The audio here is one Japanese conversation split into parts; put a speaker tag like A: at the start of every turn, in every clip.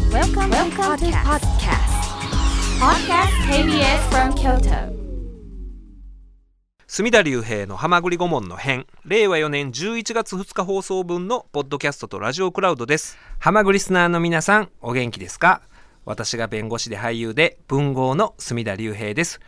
A: Welcome to
B: Welcome, to podcast. Podcast KBS from Kyoto.
C: 隅田隆平の「はまぐり顧問の編」令和4年11月2日放送分のポッドキャストとラジオクラウドですはまぐりスナーの皆さんお元気ですか私が弁護士で俳優で文豪の隅田隆平です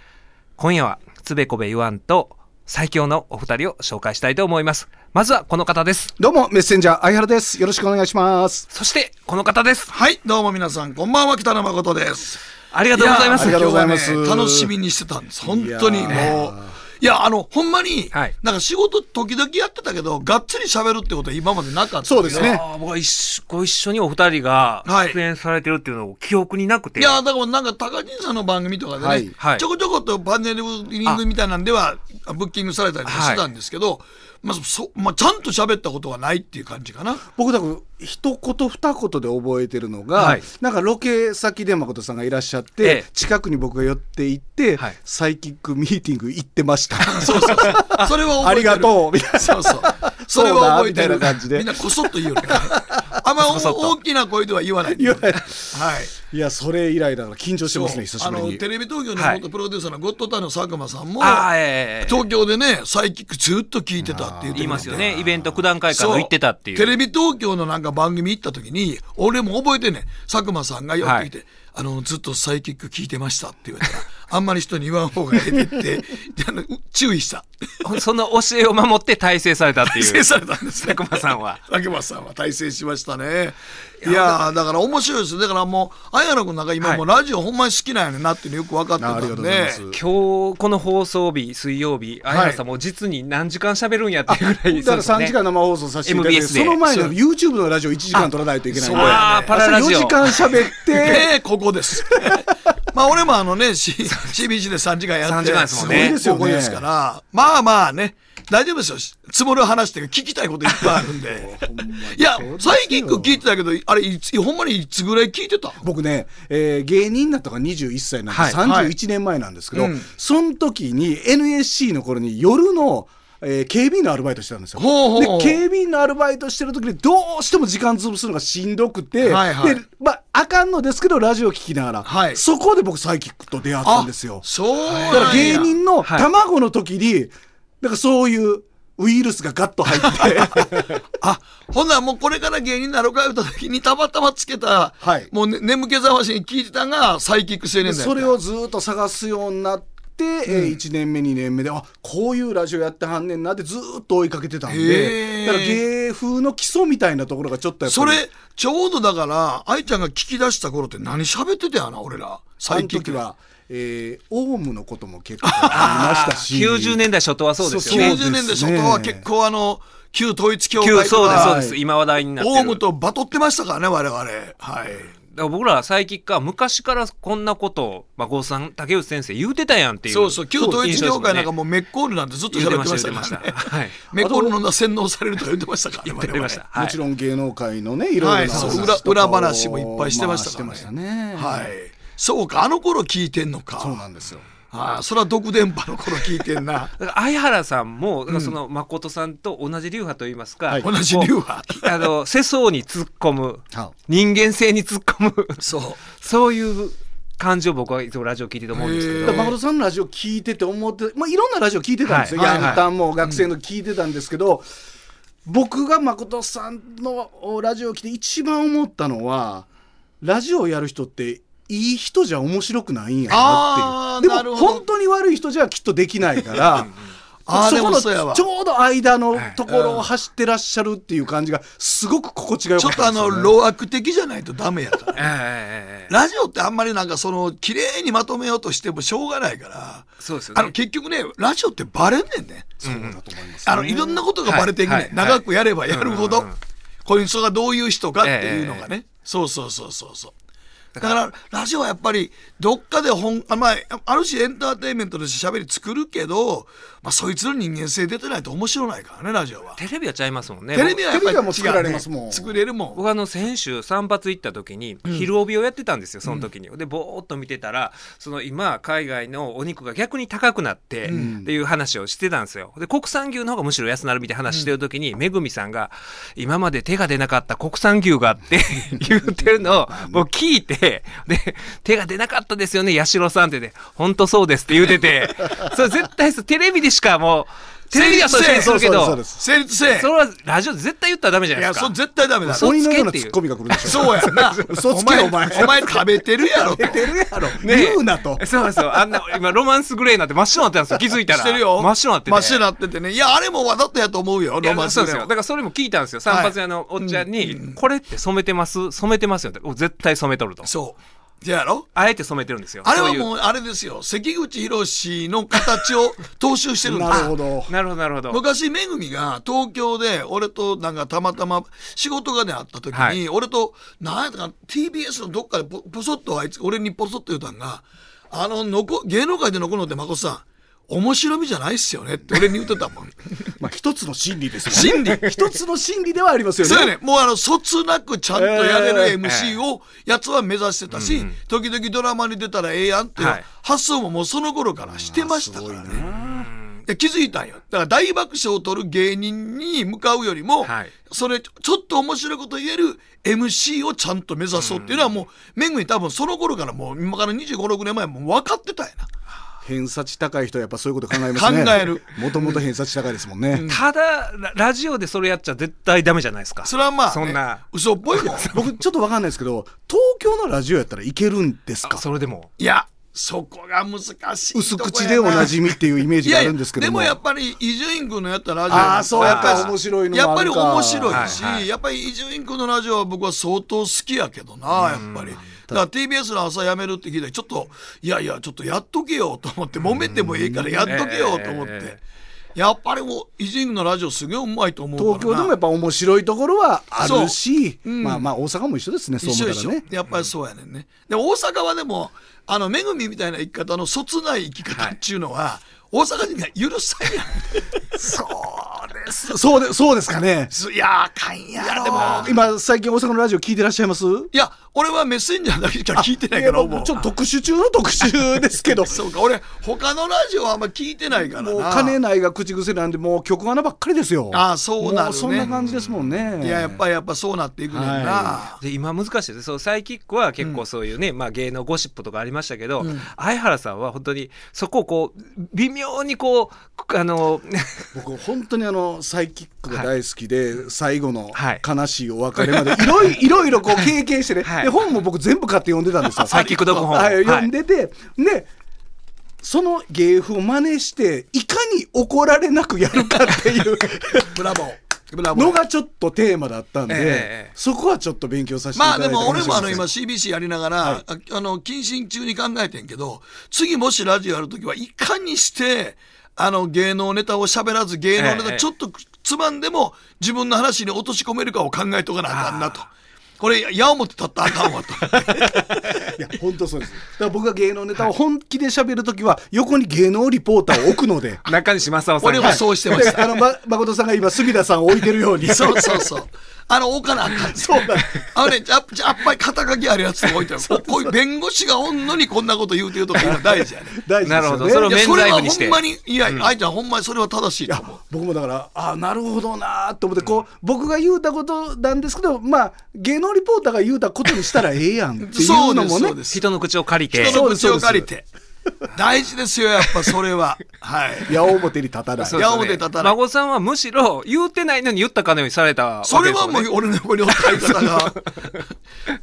C: 今夜はつべこべ言わんと最強のお二人を紹介したいと思いますまずはこの方です
D: どうも、メッセンジャー、相原です。よろしくお願いします。
C: そしてこの方です
E: はい、どうも皆さん、こんばんは、北野誠です。
C: ありがとうございます
D: ありがとうございます
E: 今日はね楽しみにしてたんです。本当にもう。いや、あの、ほんまに、
C: はい
E: なんか仕事時々やってたけど、がっつり喋るってことは今までなかった。
D: そうですね
C: あー僕は一緒ご一緒にお二人が
E: はい
C: 出演されてるっていうのを記憶になくて
E: いや、だからなんか高人さんの番組とかでね、
D: はい
C: はい
E: ちょこちょことパネルリングみたいなんでは、ブッキングされたりとかしてたんですけど、まあ、そ、まあ、ちゃんと喋ったことはないっていう感じかな。
D: 僕、多分、一言二言で覚えてるのが、
C: はい
D: なんかロケ先で誠さんがいらっしゃって、
C: ええ
D: 近くに僕が寄って行って、
C: はい
D: サイキックミーティング行ってま した。
E: そうそうそう。それは覚えて る。
D: ありがとう、みたい な。
E: そうそう。それは覚えてる。
D: そうだみたいな感じで
E: みんなこそっと言うよね。あんま
C: こそっと
E: 大きな声では言わない。
D: 言わない
E: はい。
D: いや、それ以来だから緊張してますね、久
E: そう
D: しぶり
E: あの
D: に。
E: テレビ東京
C: は
E: の
C: い
E: 元プロデューサーのゴッドタンの佐久間さんも、
C: あーええ
E: 東京でね、サイキックずっと聞いてたって言って
C: 言い
E: くれ
C: ま
E: て
C: すよね。イベント九段会から
E: そう
C: 行ってたっていう。
E: テレビ東京のなんか番組行った時に、俺も覚えてんねん。佐久間さんが寄ってきて、あの、ずっとサイキック聞いてましたって言われたら、あんまり人に言わん方がええでって、 であの注意した。
C: その教えを守って大成された ってい
E: 制
C: う。
E: されたんです
C: 佐
E: ね。
C: 久間さんは。
E: 佐久間さんは大成しましたね。いやー、だから面白いですよ。だからもう、綾野くんなんか今もうラジオほんまに好きなんやねんなっていうのよく分かって
D: ああり
E: た
D: がとう
E: ん
D: ございま。。
E: です
C: 今日この放送日、水曜日、あやさんもう実に何時間喋るんやっていうぐらい、
D: だから
C: そう
D: 3
C: です
D: 時
C: ね
D: 間生放送させていただいて、
C: MBS で
D: その前の YouTube のラジオ1時間取らないといけないんで、
E: そうや
C: あーパララジオ
D: 4時間喋 って、
E: ええ、ここです。まあ俺もあのね、C- CBC で3時間やって。
C: 3時間ですもんね
E: ごいですよここですから。まあまあね、大丈夫ですよ。積もる話っていうか聞きたいこといっぱいある んで。いや、サイキック聞いてたけど、あれ、いつほんまにいつぐらい聞いてた
D: 僕ね、えー芸人になったのが21歳なんで、
C: はい
D: 31年前なんですけど、
E: はいうん
D: その時に NSC の頃に夜の、えー警備員のアルバイトしてたんですよ。
E: ほうほう
D: で警備員のアルバイトしてる時にどうしても時間潰すのがしんどくて、
E: はいはい
D: でまあ、あかんのですけどラジオ聞きながら、
E: はい
D: そこで僕サイキックと出会ったんですよ。
E: そうなんや
D: だから芸人の
C: はい
D: 卵の時に、なんかそういうウイルスがガッと入 って、
E: あ、ほんならもうこれから芸人になろうか言った時にたまたまつけた、
D: はい
E: もう、ね、眠気覚ましに聞いてたんがサイキック青年だ
D: で
E: よ。
D: それをずーっと探すようになって、えー1年目2年目であこういうラジオやってはんねんなってずーっと追いかけてたん
E: へ
D: で
E: ー
D: だから芸風の基礎みたいなところがちょっとやっぱ
E: そ
D: り
E: れ、ちょうどだから、愛ちゃんが聞き出した頃って何喋ってたよな、俺ら。サ
D: あ
E: イ
D: の
E: キック
D: 時。は、えーオウムのことも結構ありましたし
C: 90年代初頭はそうですよね。
E: 90年で初頭は結構あの、旧統一教会
C: 旧
E: と
C: そうです、そう
E: か
C: で、す。今話題になって
E: オ
C: る。
E: ウムとバトってましたからね、我々。はい。
C: だから僕らサイキックは昔からこんなことを、まあ、郷さん、竹内先生言うてたやんっていう。
E: そうそう、旧統一教会なんか
C: も
E: もうメッコールなんてずっと
C: 言って
E: 喋っ
C: ま
E: て
C: し
E: ま
C: た、
E: し
C: 言
E: た
C: ってまし
E: か
C: た。
E: らね。
C: はい。
E: メッコールの洗脳されるとか言ってましたからね、
C: 言って ました。
E: 我々
C: はい。。
D: もちろん芸能界のねいろいろな話
E: はいそ
D: と
E: う
D: かを
E: 裏裏話もいっぱいしてましたからね
D: まあしてまね
E: はい。そうか、あの頃聞いてんのか。
D: そうなんですよ
E: ああ、それは独電波の頃聞いてんな
C: だから相原さんもだからその誠さんと同じ流派といいますか、
D: はい
E: 同じ流
C: こ
E: 派
C: うあの世相に突っ込む
D: は
C: 人間性に突っ込む
E: そう。
C: そういう感じを僕はいつもラジオ聞いてて思うんですけ
E: へ
C: ど
E: ー
D: だから誠さんのラジオ聞いてて思って、まあ、いろんなラジオ聞いてたんですよ、
C: はい
D: ヤンタンも学生の聞いてたんですけど、僕が誠さんのラジオを聞いて一番思ったのはラジオをやる人っていい人じゃ面白くないんやなっていう
E: あーな
D: で
E: る
D: も
E: ほど
D: 本当に悪い人じゃきっとできないから。 そ
E: あー
D: こ
E: で
D: の
E: も
D: ち
E: そうやわ
D: ょうど間のところを走ってらっしゃるっていう感じがすごく心地がよ
E: ち
D: か
E: ょ
D: っ
E: っとあ
D: たんです
E: の、
D: よね、
E: 老悪的じゃないとダメやから。
C: ええ
E: ラジオってあんまりなんかその、綺麗にまとめようとしてもしょうがないから、
C: そうですよね
E: あの、結局ね、ラジオってバレんねんね。
D: そうだと思います
E: あの、いろんなことがバレていくね。
C: はいはい
E: 長くやればやるほ
C: う
E: ど、
C: んうんうん
E: こういう人がどういう人かっていうのがね。そうそうそうそうそう。だからラジオはやっぱりどっかで本あ,、まあ、ある種エンターテインメントとして喋り作るけど、まあ、そいつの人間性出てないと面白ないからねラジオは。
C: テレビはちゃいますもんね
E: テレビはやっぱり
D: テレビはもう作られますもん
E: 違うね作れるもん。
C: 僕あの先週散髪行った時に昼帯をやってたんですよその時に、でぼーっと見てたらその今海外のお肉が逆に高くなってっていう話をしてたんですよで国産牛の方がむしろ安なるみたいな話してる時に、めぐみさんが「今まで手が出なかった国産牛が」って言ってるのを僕聞いてで「手が出なかったですよね八代さん」ってね「ほんとそうです」って言うててそれ絶対そうテレビでしかもうテレビではそうでするけ
D: そう
C: ど
D: です
C: そ
E: 成立せえ
C: れはラジオで絶対言ったらダメじゃ
E: い
C: ない
E: や
C: です
E: そ
C: か
E: う。絶対ダメだ
C: 嘘
E: そ
D: 鬼のようなツッコミが来るで しょ
E: うやんな
D: 嘘つけお前
E: お前食べてるやろと
D: 出るやろ
C: ねえ
D: 言うなと
C: そうそう。あんな、今、ロマンスグレーになって真っ白になってた んですよ。気づいたら。
E: してるよ
C: 真っ白になってて。
E: 真っ白になっててねいやあれもわざとやと思うよ
C: いや
E: ロマン
C: そ
E: ス
C: うですよ。だ
E: よ
C: からそれも聞いたんですよ。散髪屋のおっちゃんに、これって染めてます染めてますよって。お絶対染めとると。
E: そうじゃあやろ
C: あえて染めてるんですよ。
E: あれは
C: そういう
E: もうあれですよ関口宏の形を踏襲してるんです
D: なるほど
C: なるほど、なるほど。
E: 昔めぐみが東京で俺となんかたまたま仕事がねあった時に、
C: はい
E: 俺となんやったかな TBS のどっかでポポソッとあいつ俺にポソッと言うたんが「あの残芸能界で残るのって誠さん面白みじゃないっすよね」って俺に言ってたもん
D: まあ一つの心理ですよ
E: 真理
D: ね一つの心理ではありますよね
E: そうやねもうあのそつなくちゃんとやれ
D: え
E: る
D: ー
E: MC をやつは目指してたし、時々ドラマに出たらええやんっていう
C: はい
E: 発想ももうその頃からしてましたからね。で気づいたんよだから大爆笑を取る芸人に向かうよりも、
C: はい
E: それちょっと面白いこと言える MC をちゃんと目指そうっていうのはもう、めぐに多分その頃からもう今から2 5 6年前もう分かってたんやな
D: 偏差値高い人はやっぱそういうこと考えますね
E: 考える
D: もともと偏差値高いですもんね
C: ただラ、ラジオでそれやっちゃ絶対ダメじゃないですか。
E: それはまあ、ね、
C: そんな。
E: 嘘っぽいもん
D: 僕ちょっとわかんないですけど東京のラジオやったらいけるんですか
C: それでも。
E: いやそこが難しい
D: 薄
E: とこやな
D: 口でおなじみっていうイメージがあるんですけども
E: いやいやでもやっぱり伊集院君のやったラジオ
D: あーそうやっ
E: ぱ
D: た面白いの
E: や
D: も
E: っ
D: あ
E: ぱり
D: るか
E: 面白いし、
C: はいはい
E: やっぱり伊集院君のラジオは僕は相当好きやけどなやっぱりだから TBS の朝やめるって聞いたらちょっといやいやちょっとやっとけよと思って揉めてもいいからやっとけよと思って、
C: うんえ
E: やっぱりもう伊集院君のラジオすげえうまいと思うからな
D: 東京でもやっぱ面白いところはあるし、まあまあ大阪も一緒ですね、そう
E: 一緒
D: 思っ
E: 一
D: た
E: 緒、
D: らね。
E: やっぱりそうやねんね、で大阪はでもあのめぐみみたいな生き方のそつない生き方っていうのは、大阪人が許さんやん そうです
D: そうで、そうですかね。
E: いやあかんやろでも
D: 今、最近大阪のラジオ聞いてらっしゃいます
E: いや俺はメッセンジャーだ けしか聞いてないいか
D: や
E: ら
D: 僕
E: もう
D: ちょっと特集中の特集です けど、
E: そうか俺他のラジオはあんま聞いてないからな
D: もう金ないが口癖なんで、もう曲穴ばっかりですよ。
E: ああそうなるね
D: もそんな感じですもんね。
E: いややっぱりやっぱそうなっていくねんな、
D: は
C: で今難しいですそうサイキックは結構そういうね、まあ、芸能ゴシップとかありましたけど、相原さんは本当にそこをこう微妙にこうあの
D: 僕本当にあのサイキックが大好きで、最後の
C: はい
D: 悲しいお別れまで、いろ いろいろいろこう経験してね、
C: はい
D: で本も僕全部買って読んでたんですよ
C: サイキック読本
D: はい
C: はい
D: 読んでて、でその芸風を真似していかに怒られなくやるかって いう
E: ブラボーブラボー
D: のがちょっとテーマだったんで、
C: ええええ
D: そこはちょっと勉強させてい
E: まあ
D: ただ
E: で
D: いた
E: も俺もあ
D: か
E: の
D: しれな
E: 今
D: いです
E: CBC やりながら、ああの謹慎中に考えてんけど次もしラジオやるときはいかにしてあの芸能ネタを喋らず芸能ネ
C: え
E: タ
C: え
E: ちょっとつまんでも自分の話に落とし込めるかを考えとかなあかんなと。これ矢を持って立ったらあかんわと。
D: いや本当そうですだから僕が芸能ネタを本気で喋るときは横に芸能リポーターを置くの で
C: 中西正夫さん
E: 俺
C: が
E: もそうしてまし
D: であ
E: た。
D: の、ま、誠さんが今隅田さんを置いてるよ うに
E: そうそうそう。あの、置かなあかん。そうだ。あのね、じゃじゃあっぱい肩書きあるやつ置いてある。こういう弁護士がおんのにこんなこと言うてるとか今大事やね。
D: 大事ですよね
C: なるほどそれを
E: いや、
C: 免
E: それ
C: 罪
E: は
C: 符にして
E: ほんまに、いや、愛ちゃんほんまにそれは正しい
D: い
E: と
D: や
E: 思う。
D: 僕もだからああなるほどなーと思ってこう、僕が言うたことなんですけどまあ芸能リポーターが言うたことにしたらええやんっていうのも
E: そうですそ
D: ね
E: うです
C: 人の口を借りて
E: 人の口を借りて。大事ですよ、やっぱそれは。はい。
D: 矢面に立たない
E: そう矢面立たない
C: 孫さんはむしろ言うてないのに言ったかのようにされたわけです
E: そ
C: よね
E: れはもう俺の横におった相方が。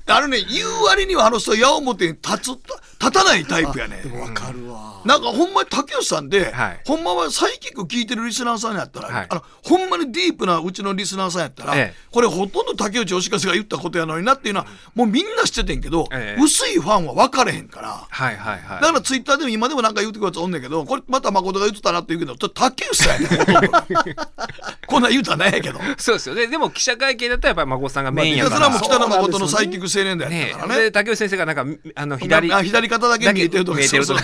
E: あのね、言う割にはあの人、矢面に立つと、立立たないタイプやね
D: でもわかるわ、
E: なんかほんまに竹内さんで、
C: はい
E: ほんまはサイキック聞いてるリスナーさんやったら、
C: はい
E: あのほんまにディープなうちのリスナーさんやったら、
C: ええ
E: これほとんど竹内義和が言ったことやのになっていうのはもうみんな知っててんけど、
C: ええ
E: 薄いファンは分かれへんから。
C: はいはいはい。
E: だからツイッターでも今でもなんか言うてくるやつおんねんけど、これまた誠が言ってたなって言うけど、ちょっと竹内さんやねんほとん どこんなん言うたらないやけど。
C: そうですよね。でも記者会見だったらやっぱり孫さんがメイン
E: い
C: や
E: や
C: か
E: それ
C: ら。
E: はもう北野誠のサイキック青年だやっ
C: ね
E: たからね。
C: で、竹内先生がなんか、あの、
E: 左
C: 左。
E: あ左肩だけ見えてるとか
C: 見えてるとか。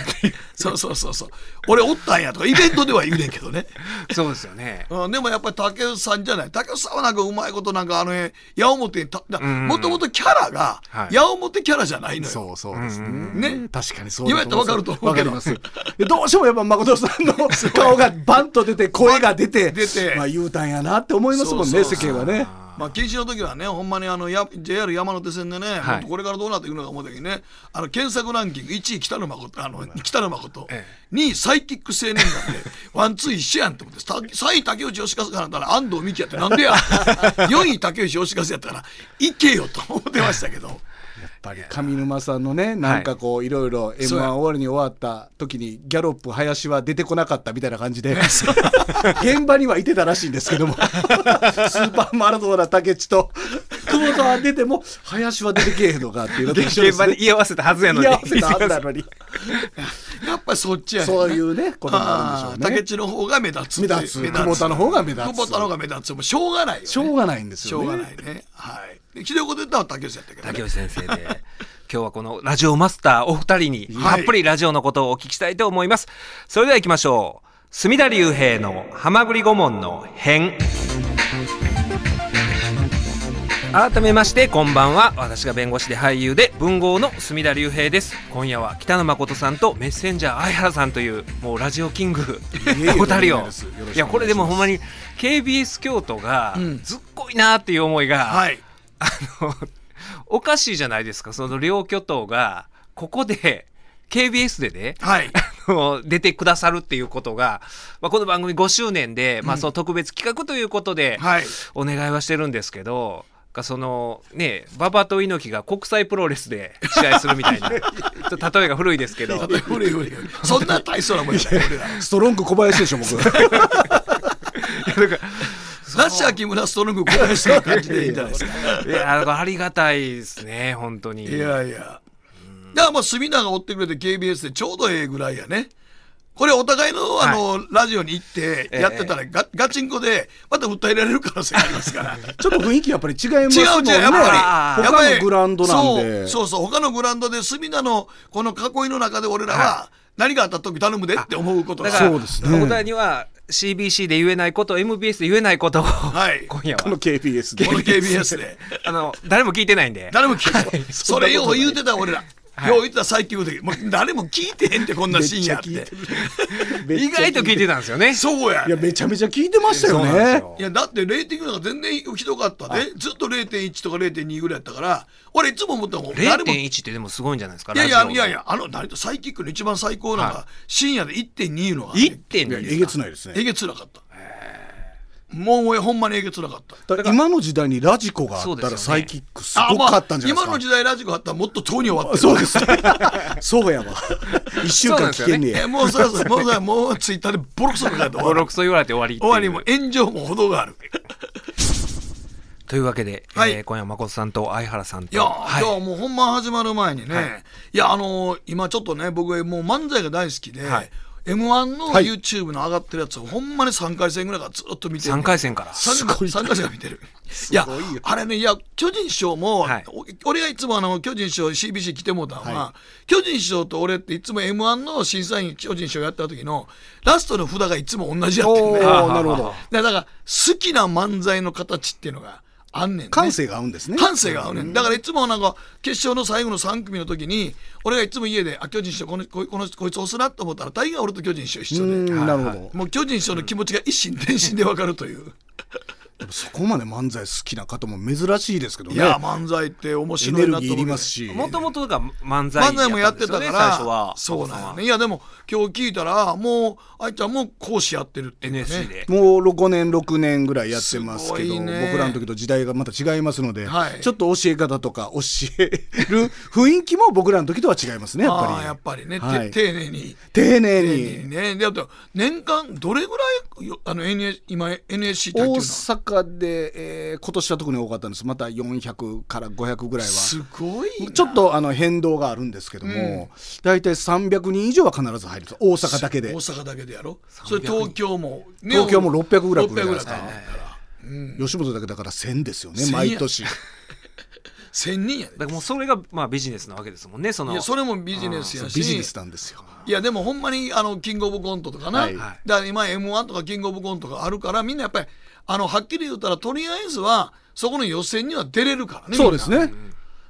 E: そうそうそうそうそうそう俺おったんやとかイベントでは言うねんけどね、
C: そうですよ ね。
E: うん、でもやっぱり竹内さんじゃない竹内さんはなんかうまいことなんかあの辺矢面にただ
C: ん
E: もともとキャラが
C: はい
E: 矢面キャラじゃないのよ、
D: そうそうですね。
E: ね
D: 確かにそうだ
E: 今やったらわかると思うけど
D: わかります。でどうしてもやっぱ誠さんの顔がバンと出て、声が出て、
E: 出て
D: まあ言うたんやなって思いますもん
E: そう
D: ね、
E: そう
D: 世
E: そう
D: 間はね。
E: まあ、禁止の時はね、ほんまにあのや JR 山手線でね、
C: はい
E: ほんとこれからどうなっていくのか思う時にね、あの検索ランキング1位、北野誠、あの北野誠、
C: え
E: 2位、サイキック青年団で、 ワン、ツー一緒やんと思って、さ3位、竹内義和かなったら、安藤美希やって、なん でや、4位、竹内義和やったから、行けよと思ってましたけど、
D: やっぱり上沼さんのね、なんかこう、いろいろ M1
E: そ
D: 終
E: うや
D: わりに終わった時に、ギャロップ林は出てこなかったみたいな感じで、 現場にはいてたらしいんですけど も、スーパーマラドーナ竹内と、久保田は出ても、林は出てけえへんのかっていうのと一緒で
C: 現
D: す
C: 場
D: ね
C: に。居合わせたはずやの
D: い
C: に。
D: や、せたはずなのに。
E: やっぱりそっちやねん
D: そういうね、こともあるんでしょうね
E: あー。竹内の方が目立つ
D: 目立つ久保田の方が目立つ
E: 久保田の方が目立つもうしょうがないよね、
D: しょうがないんです
E: し
D: よ
E: ょ
D: ね。
E: うがないね。はい。でひどいこと言ったのは竹内やったけど、ね。
C: 竹内先生で今日はこのラジオマスターお二人にたっぷりラジオのことをお聞きしたいと思います、それでは行きましょう隅田隆平の「はまぐり顧問の編」改めましてこんばんは私が弁護士で俳優で文豪の隅田隆平です今夜は北野誠さんとメッセンジャー相原さんというもうラジオキング
D: いえいえ
C: お二人
D: とんでもない
C: を
D: ですよろしくお願いします
C: いやこれでもほんまに KBS 京都がずっこいなーっていう思いが、
E: はい。
C: あの、おかしいじゃないですか、その両巨頭が、ここで、KBS でね、
E: はい。
C: あの出てくださるっていうことが、まあ、この番組5周年で、まあ、その特別企画ということで、
E: はい。
C: お願いはしてるんですけど、がそのね、馬場と猪木が国際プロレスで試合するみたいな、ちょっと例えが古いですけど、
E: 古い古い古いそんな大層なもんじゃない俺ら
D: ストロング小林で しょ、僕。
E: ラッシャー木村ストロング小林の感じでいいんじゃないですか
C: いや、だからありがたいですね、本当に。
E: いやいやだからもう隅田が追ってくれて KBS でちょうどええぐらいやねこれお互いのあの、ラジオに行ってやってたらガ,、ガチンコでまた訴えられる可能性がありますから
D: ちょっと雰囲気やっぱり違います
E: 違う
D: もんね。
E: 違うやっぱりやっぱ
D: 他
E: り
D: のグラウンドなんで。
E: そうそうそう他のグラウンドで隅田のこの囲いの中で俺らは何があった時頼むでって思うことが
C: だから、
D: そうですね
C: 小田には CBC で言えないこと、MBS で言えないことを、
E: い
C: 今夜は
D: この KBS で。
E: この KBS で。
C: あの、誰も聞いてないんで。
E: 誰も聞いてない。それよう言うてた俺ら。よう言ってた最近言うてもう誰も聞いてへんってこんな深夜っ
D: めっちゃ
E: て。
C: 意外と聞いてたんですよね。
E: そうや
D: い。や、めちゃめちゃ聞いてましたよ
C: そうなんです
D: ね
C: よ。
E: いや、だってレーティングなんか全然ひどかったで、ずっと0.1とか0.2ぐらいやったから、俺いつも思ったもん、誰も。い
C: 0.1ってでもすごいんじゃないですか。
E: やいや、
C: ラ
E: い
C: ジオ
E: や
C: の
E: い。や、あの、誰とサイキックの一番最高なん
C: は
E: か、深夜で1.2いうのがね、
C: 1.2
D: いや、
C: で
D: え
C: す
D: げ
C: か
D: つないです
E: え
D: ね。
E: げつらかった。もう俺ほんまにえげつらかった。
D: だから今の時代にラジコがあ
C: そう
D: っ
C: です
D: た
C: よ
D: ら
C: ね
D: サイキックすごかったんじゃないですか。
E: 今の時代ラジコあったらもっと遠に終わってる
D: そうです。そう やわ。一週間聞けんね
E: え
D: や。
E: もうそろそろも うそろもうツイッターでボロクソ書かれて終わ
C: ボ
E: る
C: ロクソ言われて終わりってい
E: 終
C: う。
E: わりも炎上も程がある。
C: というわけで、
E: はい
C: えー今夜は誠さんと相原さんと。
E: いやー、
C: はい
E: いやーもう本番始まる前にね、
C: はいい、
E: や、あのー今ちょっとね、僕、もう漫才が大好きで、
C: はい
E: M1 の
D: はい
E: YouTube の上がってるやつを、ほんまに3回戦ぐらいからずっと見てる、
C: 三回戦から。
E: 三回戦が見てる。いや
D: すごいよ、
E: あれね、いや、巨人師匠も、
C: はい
E: お俺がいつもあの、巨人師匠 CBC 来てもうたのは、巨人師匠と俺っていつも M1 の審査員、巨人師匠やった時の、ラストの札がいつも同じやってる
D: お
E: ね。
D: ー
E: だか
C: はあはあ
D: なるほど。
E: ら、だから好きな漫才の形っていうのがあんねんね。
D: 感性が合うんですね。
E: 感性が合うねんだからいつもなんか決勝の最後の3組の時に俺がいつも家で「あ巨人師匠このここのこいつ押すな」と思ったら大概俺と巨人師匠一
D: う
E: 緒で
D: ん、なるほど。
E: もう巨人師匠の気持ちが一心伝心で分かるという
D: そこまで漫才好きな方も珍しいですけど
E: い
D: ね
E: や、漫才って面
D: エ
E: 白
D: ネ
E: い
D: ル
E: なと
D: ギー
E: 思
D: いりますし
C: もともとが漫才
E: 漫才もやってたから
C: やったんですよね最初は
E: そうな
C: お
E: んよ
C: 父さん
E: ね
C: はい
E: やでも今日聞いたらもうあいちゃんも講師やってるっていうかね
C: NSC で
D: もう5年6年ぐらいやってますけ
E: すご
D: ど
E: いね
D: 僕らの時と時代がまた違いますので、
E: はい
D: ちょっと教え方とか教える雰囲気も僕らの時とは違いますねやっ
E: あ
D: ぱ
E: あ
D: り
E: やっぱりね、て
D: はい
E: 丁寧に
D: 丁寧
E: 丁
D: に
E: 寧にねであと年間どれぐらいよあの NS 今 NSC って入
D: 大
E: ってるの
D: 阪で、えー今年は特に多かったんですまた400から500ぐらいは
E: すごいな
D: ちょっとあの変動があるんですけども、大体300人以上は必ず入るんです大阪だけで
E: 大阪だけでやろそれ東京も、ね
D: 東京も600ぐらい来るじゃない
E: 600
D: ですか吉本だけだから1000ですよね
E: 1000や
D: 毎 年
E: 1000人や
C: だか
E: で、
C: らもうそれがまあビジネスなわけですもんねそ
E: い
C: の
E: やそれもビジネスやし
D: ビジネスなんですよ
E: いやでもほんまにあのキングオブコントとかな、
D: はい
E: だから今 m 1とかキングオブコントがあるからみんなやっぱりあのはっきり言ったらとりあえずはそこの予選には出れるからね
D: そうです
E: みんな
D: ね、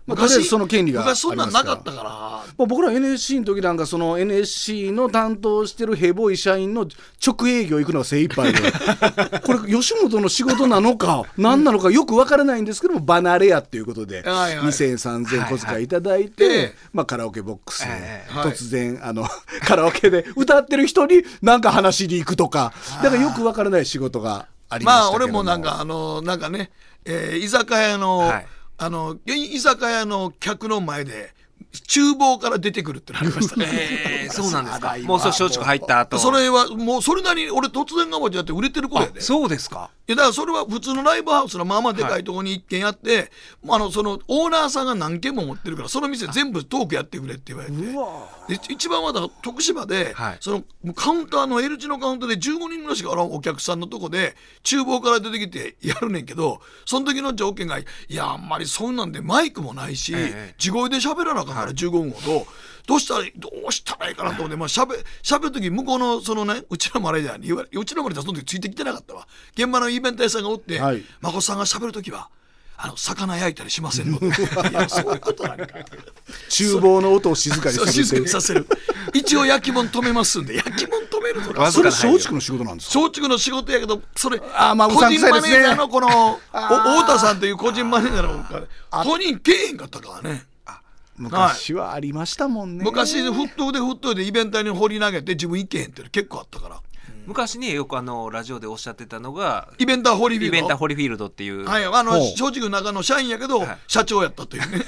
D: まあ、とりあえずその権利がありま
E: 昔
D: す
E: そ
D: か
E: ん
D: ら
E: なんなかったから
D: まあ、僕ら NSC の時なんかその NSC の担当してるヘボイ社員の直営業行くのが精一 杯でこれ吉本の仕事なのか何なのかよく分からないんですけども離れやっていうことで
E: はいはい
D: 2000円3000円小遣いいただい
E: はいはい
D: てまあカラオケボックスで
C: え
E: えはい
D: 突然あの カラオケで歌ってる人に何か話しに行くとかだからよく分からない仕事がありました
E: まあ
D: けど
E: 俺もなんかあのなんかね、えー居酒屋の、
C: はい
E: あのい居酒屋の客の前で厨房から出てくるってなりまし たね。
C: えーそうなんですかもうそう松竹入った後
E: それはもうそれなりに俺突然頑張ってやって売れてる子やで。い
C: そうですか
E: やだからそれは普通のライブハウスのまあまあでかいとこに一軒やって、まあ、あのそのオーナーさんが何軒も持ってるからその店全部トークやってくれって言われてで一番はだから徳島で、
C: はい
E: そのカウンターの L 字のカウンターで15人ぐらいしかおらんお客さんのとこで厨房から出てきてやるねんけどその時の条件がいやあんまりそんなんでマイクもないし、
C: ええ
E: 地声で喋らなあかんから15分ほど、どうしたらいいどうしたらいいかなと思って、まあ、しゃべる時向こうのそのねうちらマネージャーに言われうちらマネージャーその時ついてきてなかったわ現場のイベント屋さんがおって、
D: はい
E: 誠さんが喋る時はあの魚焼いたりしません のでいやそういうことなんか。
D: 厨房の音を静かに
E: そう
D: する
E: 静
D: って
E: かにさせる一応焼き物止めますんで焼き物止めるとか
C: わず
D: そ
C: か
D: れ
C: な配慮
D: 松竹の仕事なんですか
E: 松竹の仕事やけどそれ
D: あーまあう
E: 個
D: さんく
E: 人
D: さい
E: マ
D: です
E: ネ
D: ね
E: ージャーのこのお
D: あー
E: 太田さんという個人マネージャーの当人けえへんかったからね
D: 昔はありましたもんね
E: 昔沸騰で沸騰でイベントに放り投げて自分行けへんっていうの結構あったから
C: 昔ねよくあのラジオでおっしゃってたのが
E: イベンターホリビ
C: イ
E: ーの
C: ベンターホリフィールドっていう
E: はいあの
D: ほう
E: 松竹の中の社員やけど
C: はい
E: 社長やったという ね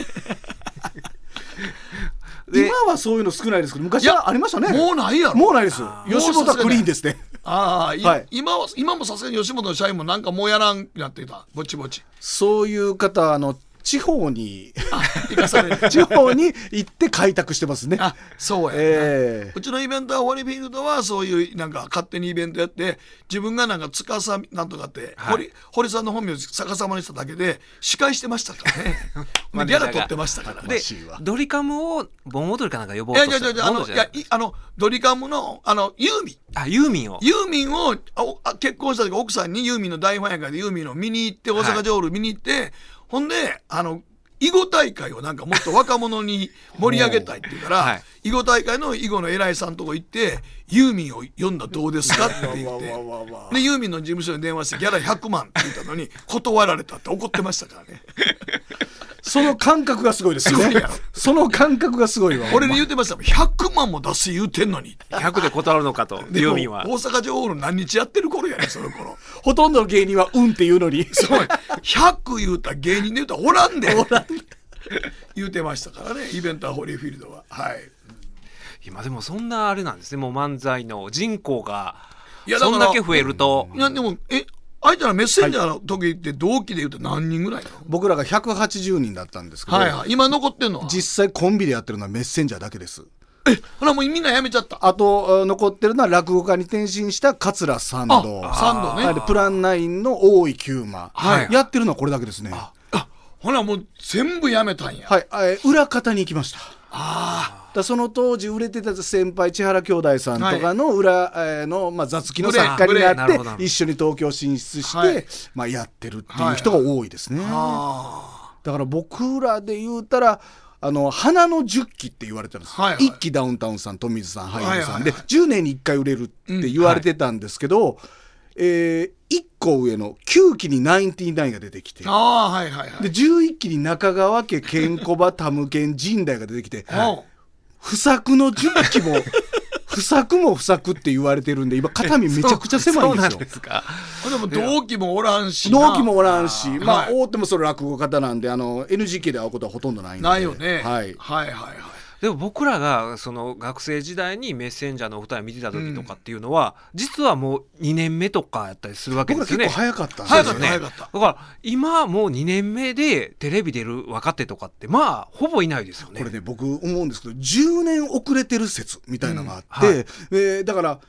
C: で
D: 今はそういうの少ないですけど昔はありましたね
E: もうないやろ
D: もうないです
E: あ。ー
D: 吉本はクリーンですね。
E: ああ、い
D: はい
E: 今は今もさすがに吉本の社員もなんかもうやらんくなってきたぼちぼち
D: そういう方、あの、地方 に、
E: 行か される
D: 地方に行って開拓してますね。
E: あそうやな、
D: ええ
E: うちのイベントはホリフィールドはそういうなんか勝手にイベントやって自分がなんか司なんとかって、
C: はい
E: 堀堀さんの本名を逆さまにしただけで司会してましたから ね
C: マ
E: ギ
C: ネージャー
E: ャ
C: が
E: ラ取ってましたからね
C: で
D: 悲しいわ
C: ドリカムを盆踊りかなんか呼ぼ
E: いう
C: と
E: や
C: し
E: い
C: た
E: やいやいやあ
C: 盆踊
E: のい
C: りじゃ
E: や
C: ない
E: あのドリカムのあのユーミン
C: あユーミンを
E: ユーミンをあおあ結婚した時奥さんにユーミンの大ファンやからでユーミンを見に行って大阪城ホール見に行って、ほんであの囲碁大会をなんかもっと若 者に盛り上げたいって言うから、
C: はい
E: 囲碁大会の囲碁の偉いさんとこ行ってユーミンを読んだらどうですかって言って
D: わわわわわ
E: でユーミンの事務所に電話してギャラ100万って言ったのに断られたって怒ってましたからね
D: その感覚がすごいです
E: すごい
D: ね
E: やろ。
D: その感覚がすごいわ。
E: 俺に言ってましたもん100万も出す言うてんのに
C: 100で断るのかと
E: で
C: ユー
E: も
C: ミ
E: 大
C: ンは
E: 阪城ホール何日やってる頃やねその頃
D: ほとんどの芸人はうんって言うのに。
E: そう100言うたら芸人で言うたらおらんで言うてましたからねイベントはホリーフィールドははい
C: 今でもそんなあれなんですねもう漫才の人口が
E: いやだか
C: そ
E: ら
C: んだけ増えると
E: いやでもえあいたらメッセンジャーの時って同期で言うと何人ぐらいなの
D: 僕らが180人だったんですけど、
E: はいはい今残ってんのは
D: 実際コンビでやってるのはメッセンジャーだけです。
E: ほらもうみんなやめちゃった
D: あと、あ残ってるのは落語家に転身した桂三
E: あ
D: 度。
E: サンド
D: はい
E: ね
D: でプランナインの大井九馬、
E: はい
D: やってるのはこれだけですね。
E: ほらもう全部やめたんや
D: はい、えー裏方に行きました。
E: あ
D: だその当時売れてた先輩千原兄弟さんとかの裏、えーの、まあ、雑記の作家になっ
C: ブレブレなるほどなるほ
D: て
C: ど
D: 一緒に東京進出して、
E: はい
D: まあ、やってるっていう人が多いですね、
E: あ
D: だから僕らで言うたらあの花の10期って言われてたんです、
E: はいはい
D: 1期ダウンタウンさん富水さん俳優さん、
E: はいはいはい
D: で10年に1回売れるって言われてたんですけど、えー1個上の9期にナインティナインが出てきて、
E: ああ、はいはいはい。
D: で、11期に中川家、ケンコバ、タムケン、陣代が出てきて、
E: うん
D: 不作の10期 も、不作も不作って言われてるんで、今、肩身めちゃくちゃ狭いんですよ。
C: すか。
E: これでも同期もおらんしな。
D: 納期もおらんし、まあ、
E: はい
D: 大手もそれ落語方なんで、あの、NGK で会うことはほとんどないんで。
E: ないよね。
D: はい。
E: はいはいはい。
C: でも僕らがその学生時代にメッセンジャーのお二人見てた時とかっていうのは、実はもう2年目とかやったりするわけ
D: 僕
C: で
D: ら
C: すよね。
D: 結構早かったん
E: 早
D: で
E: か
D: すよ
E: った
D: ね。
E: 早かっ
C: だか
E: た。
C: ら今もう2年目でテレビ出る若手とかってまあほぼいないですよね。
D: これね、僕思うんですけど、10年遅れてる説みたいなのがあって、
C: うんはい
D: えーだから、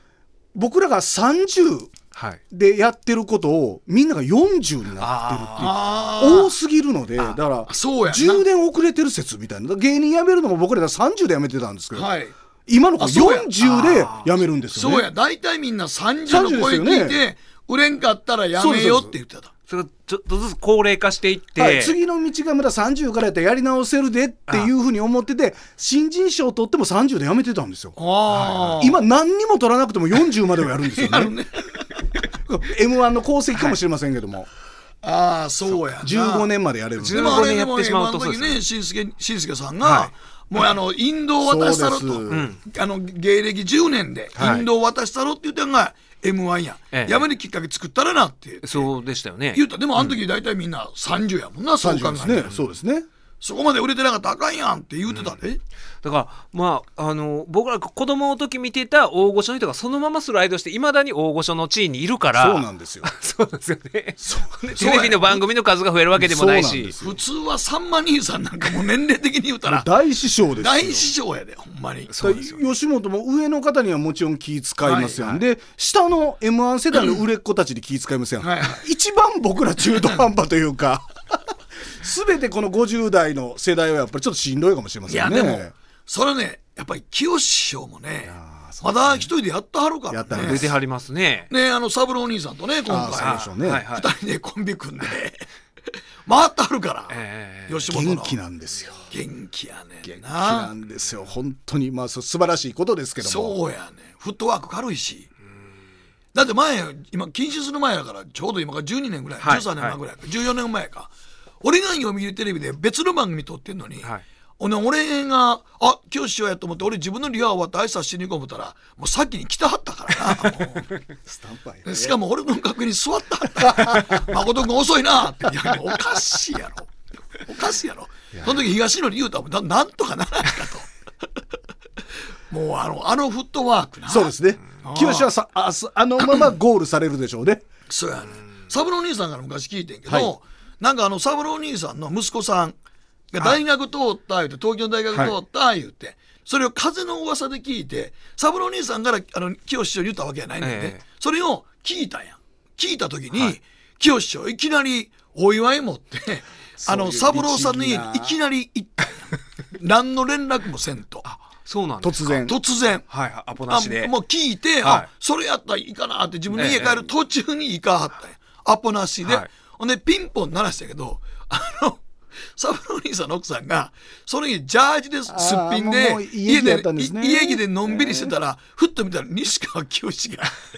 D: 僕らが30
C: はい。
D: でやってることを、みんなが40になってるっていう。
E: ああ。
D: 多すぎるので、だから、
E: そうやんな
D: 10年遅れてる説みたいな。だから芸人辞めるのも僕らが30で辞めてたんですけど、
E: はい。
D: 今の子
E: あそうや
D: 40で辞めるんですよね。
E: そうや、大体みんな30の声
D: 30です
E: 聞
D: よ
E: いて
D: ね、
E: 売れんかったらやめようって言ってた。
C: それがちょっとずつ高齢化していって、
D: はい、次の道がまだ30からやったらやり直せるでっていうふうに思ってて新人賞取っても30でやめてたんですよ
E: ああ。
D: 今何にも取らなくても40まではやるんですよ
E: やる
D: ね
E: ね。
D: m 1の功績かもしれませんけども、
E: ああ、そうやな。
D: 15年までやれるん
E: で
D: で
C: 15
E: もあれでも
C: やってしま
E: M1
C: うと
E: の
C: そう
E: 時
C: ですね
E: ね、しんすけ、しんすけさん
C: は
E: が、もうあの、インドを渡したろと、
D: そうです
E: うんあの、芸歴10年で、
D: はい
E: インドを渡したろって言ったのが M1 や
C: え。え
E: やめるきっかけ作ったらなって
C: そうでしたよね
E: 言。った。でもあの時大体みんな30やもんな、そう考
D: 30で
E: え
D: す
E: た
D: ね
E: ら
D: そうですね
E: そこまで売れてなかったらあかんやんって言うてたで。
C: だからまああの僕ら子供の時見てた大御所の人がそのままスライドしていまだに大御所の地位にいるから。
D: そうなんですよ
C: そうなんですよね。で
E: そう
C: テレビの番組の数が増えるわけでもない
D: そうなん
C: し
D: で。すよ
E: 普通はさんま兄さんなんかもう年齢的に言うたら
D: 大師匠ですよ
E: 大師匠やでほんまに
C: そうですよね
D: 吉本も上の方にはもちろん気使いますやん、
E: はい
D: で下の m 1世代の売れっ子たちに気使いますやん、
E: はいは
D: 一番僕ら中途半端というか全てこの50代の世代はやっぱりちょっとしんどいかもしれま
E: い
D: せん
E: や
D: ね
E: でもそれはねやっぱり清志師匠もねまだ一人でやってはるから
D: やってはる
E: ね
C: 出てはりますね。
E: ねあの三郎兄さんとね今
D: あ
E: 回
D: ーそうでしょうね
C: はいはい。
E: 二人でコンビ組んで 回ってはるから、
C: ええ
E: 吉本の
D: 元気なんですよ
E: 元気やねん
D: な
E: なん
D: ですよ本当にまあそう素晴らしいことですけども
E: そうやねフットワーク軽いしだって前今禁止する前だからちょうど今から12年ぐらい、
C: はい
E: 13年前ぐらいか、14年前か俺が読売テレビで別の番組撮ってんのに、
C: はい
E: ほんで俺が「あ今日しようや」と思って俺自分のリハ終わって挨拶しに行こう思ったらもう先に来たはったからなも
D: スタンバイ
E: うしかも俺の楽屋に座ってはった 誠君遅いなっていやおかしいやろおかしいやろその時東野に言うたらもうななんとかならないかともうあのあのフットワークな
D: そうですね清志はさあすあのままゴールされるでしょうね
E: そうやね。三郎兄さんから昔聞いてんけど、
D: はい
E: なんかあの三郎兄さんの息子さんが大学通った言うて、東京の大学通った言うて、それを風の噂で聞いて、三郎兄さんからあの清志師匠に言ったわけじゃないんだよね。
C: ええ
E: それを聞いたやん。聞いた時に、清志師匠いきなりお祝い持って、あの
D: そうい
E: 三
D: う律儀な
E: 郎さんの家にいきなり行っ たんやん。何の連絡もせんと。
C: そうなんです
D: 突
C: か。
D: 然
E: 突然。
C: はいはい。アポなしで。
E: あもう聞いて、
C: はい
E: あそれやったらいいかなって自分の家
C: え
E: 帰
C: え
E: る途中に行かはったんやアポなしで、
C: はい
E: ほんでピンポン鳴らしたけど あのサブロ兄さんの奥さんがその日ジャージですすっぴん
D: あー
E: で
D: もうもう家
E: 家
D: 着や
E: で
D: ったんですね
E: い家着でのんびりしてたら、ふっと見たら西川きよしが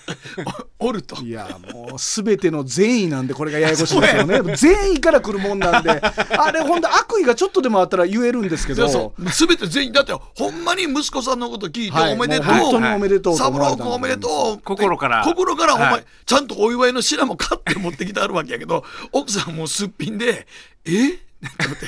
E: おおると。
D: いやもう全ての善意なんでこれがややこしいですよね善意から来るもんなんであれほんと悪意がちょっとでもあったら言えるんですけ
E: そ
D: ど
E: うそう全て全員だってほんまに息子さんのこと聞いて、
D: はい
E: おめでとう
D: もう本当におめでとうと
E: サブ
D: 思わ
E: ロ
D: れ
E: ー
D: たん
E: 君
D: で
E: おめでとうって
C: 心から
E: 心からお前、
C: はい
E: ちゃんとお祝いの品も買って持ってきてあるわけやけど 奥さんもうすっぴんで「え っ?」って思って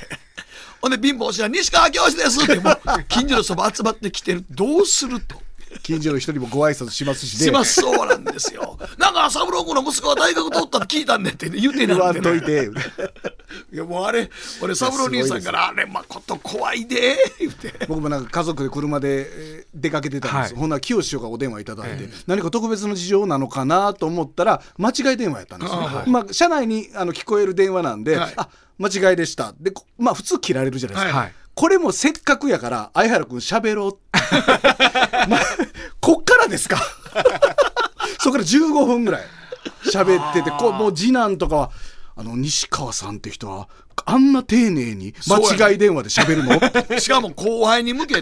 E: ほんで貧乏しな西川教師です」ってもう近所のそば集まってきてるどうすると。
D: 近所の人にもご挨拶しますしね
E: しますそうなんですよ。 なんか三郎君の息子は大学通ったって聞いたん でって言うてな
D: 言
E: ん
D: わ
E: て
D: ん
E: ね
D: といて
E: いやもうあれ俺三郎兄さんから「あれまこと怖いで」言って。
D: 僕もなんか家族で車でえー出かけてたんです、
C: はい
D: ほんなら清志師匠がお電話いただいて、何か特別の事情なのかなと思ったら間違い電話やったんですね、
E: あーは
D: まあ、車内にあの聞こえる電話なんで、
E: はい
D: あ間違いでしたでこまあ普通切られるじゃないですか、
C: はい
D: これもせっかくやから相原君しゃべろう まあこっからですか そこから15分ぐらい喋っててこうもう次男とかはあの西川さんって人はあんな丁寧に間違い電話で喋るのって
E: しかも後輩に向けて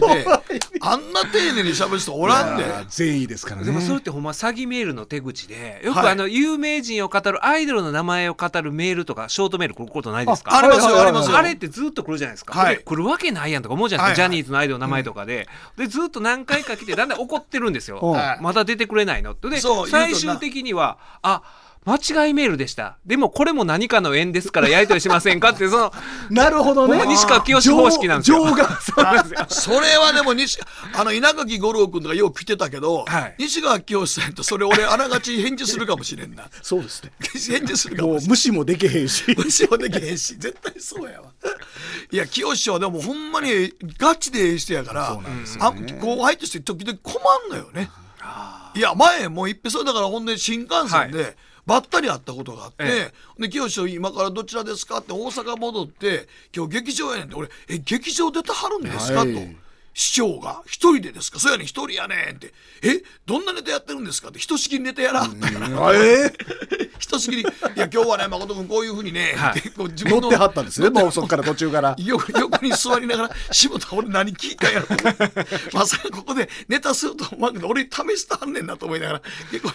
E: あんな丁寧に喋る人おらんで
D: 善意ですからね
C: でもそれってほんま詐欺メールの手口でよく
E: はい
C: あの有名人を語るアイドルの名前を語るメールとかショートメール来ることないですか
E: あありますよ
D: はいはい
E: ありますよ
C: あれってずっと来るじゃないですか、
E: はい
C: で来るわけないやんとか思うじゃないですか、
E: はいはい
C: ジャニーズのアイドルの名前とかで、でずっと何回か来てだんだん怒ってるんですよ、
D: うん
E: はい
C: また出てくれないのってで
E: そう
C: 最終的にはあ間違いメールでしたでもこれも何かの縁ですからやり取りしませんかってその
D: なるほど
C: ほん
D: ね
C: ま西川きよし方式なんですよ
D: 情情が
C: そうなんですよ
E: それはでも西 あの稲垣吾郎君とかよく来てたけど、
C: はい
E: 西川きよしさんとそれ俺あながち返事するかもしれんな
D: そうですね
E: 返事するか
D: も
E: も
D: う
E: しれん
D: 無視もできへん し
E: 無視もできへんし絶対そうやわいや清志はでもほんまにガチでええ人やからあ後輩として時々困んのよねいや前もういっぺんそれだからほんで新幹線で、ばったり会ったことがあって、
C: え
E: で清志今からどちらですかって大阪戻って今日劇場やねんって俺え劇場出てはるんですか、
D: はい
E: と市長が一人でですかそうやねん一人やねんってえどんなネタやってるんですかってひとしきりネタやらはったから
D: え
E: ひとしきり「いや今日はね誠君こういうふうにね」
C: はい
E: ってこ う自
D: 乗
E: 分
D: っ
E: の
D: てはったんですねもうそっから途中から
E: 横横に座りながら「柴田俺何聞いたんやろ」 まさかここでネタすると思わんけど俺試してはんねんなと思いながら結構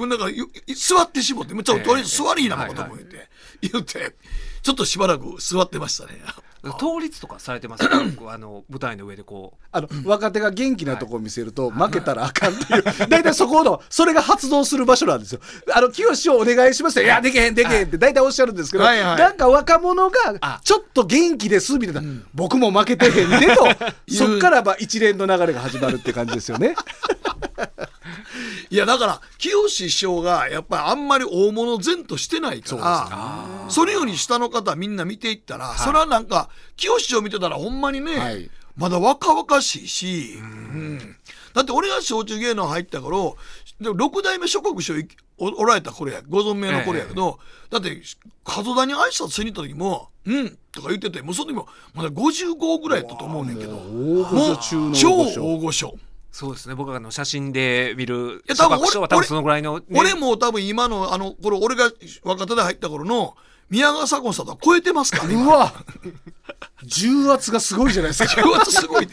E: たなんかゆゆ座ってしもって「もうちょっととりあえず座りいな誠君」言って、言ってちょっとしばらく座ってましたね。
C: 倒立とかされて ますよ僕あの舞台の上でこう
D: あの若手が元気なとこを見せると負けたらあかんっていう大体そこのそれが発動する場所なんですよ「あの清志をお願いしますよ」いやできへんできへん」って大体おっしゃるんですけど、
E: はいはい
D: なんか若者が「ちょっと元気です」みたいな「僕も負けてへんで」 とそっからば一連の流れが始まるって感じですよね。
E: いやだから清志師匠がやっぱりあんまり大物前としてないからそ,、れより下の方みんな見ていったら、それはなんか清志師匠見てたらほんまにね、
D: はい
E: まだ若々しいし、うんだって俺が小中芸能入った頃でも6代目諸国師匠いおおられた頃やご存命の頃やけど、だって門田に挨拶しに行った時も「うん」とか言っててもうその時もまだ55ぐらいやったと思うねんけど
D: 大御所中の
E: 超
D: 大御所
E: 大御所。
C: そうですね僕があの写真で見る
E: いや多分
C: 小学生は多分そのぐらいの、ね
E: 俺も多分今のあの頃俺が若手で入った頃の宮川左近さんとは超えてますからね
D: う
E: 今
D: わ重圧がすごいじゃないですか。
E: 重圧すごいね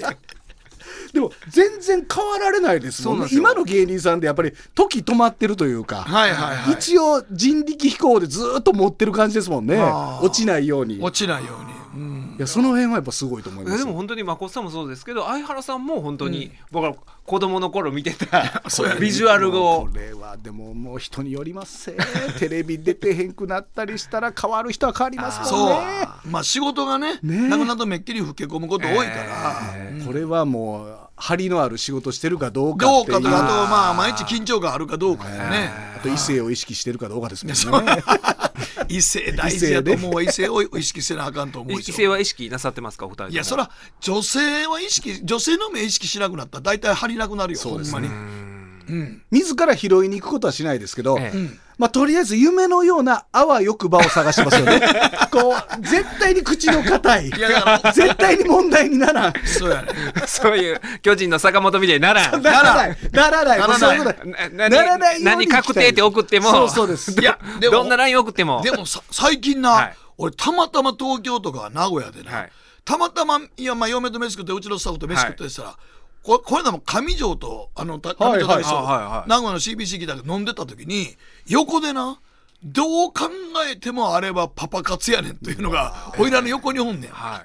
D: でも全然変わられないですもん
C: そ
D: ね
C: うな
D: 今の芸人さんでやっぱり時止まってるというか、
E: はいはいはい
D: 一応人力飛行でずーっと持ってる感じですもんね
E: あー
D: 落ちないようにい
E: 落ちないように、うん
D: やその辺はやっぱすごいと思い
C: い
D: ま
C: や
D: す
C: でも本当に誠さんもそうですけど相原さんも本当に、僕は子供の頃見てた
E: そうやね
C: ビジュアルを
D: これはでももう人によりますせテレビ出てへんくなったりしたら変わる人は変わりますもん
E: そう
D: ね
E: まあ仕事がね
D: ねえ
E: なくなるとめっきり老け込むこと多いから、
D: これはもう張りのある仕事してるかどうか
E: ど
D: っ
E: う
D: て
E: かと
D: い
E: あ
D: う
E: と
D: あ
E: まあ毎日緊張があるかどうかやね、
D: と異性を意識してるかどうかですもんね
E: 異性大事やと思うわ異性を意識せなあかんと思う
C: 異
E: でしょ
C: 性は意識なさってますかお二人とも
E: いやそら女性は意識女性の目意識しなくなったら大体張りなくなるよほんまにうん
D: 自ら拾いに行くことはしないですけど、
C: ええ
E: うん
D: まあ、とりあえず夢のようなあわよくばを探してますよね。こう、絶対に口の硬い。
E: いやだから
D: 絶対に問題にならん。
E: そうやね。
C: そういう巨人の坂本みたいにならん
D: ならない。ならない。
E: ならない
D: もうそういうこと
C: な
D: な
C: な
D: らないように
C: 何確定って送っても
D: そうそ うです。
E: いや、でも、
C: どんなライン送っても
E: でもさ最近な、
C: はい
E: 俺たまたま東京とか名古屋でな、
C: はい
E: たまたま、いや、まあ、嫁と飯食って、うちのスタッフと飯食ってしたら、ここれでも上条と、あの、た上条
D: はいはい
E: 大将、
C: はいはい
E: 名古屋の CBC 来た時飲んでた時に、横でな、どう考えてもあれはパパ活やねんというのが、おいらの横におんねん。
C: は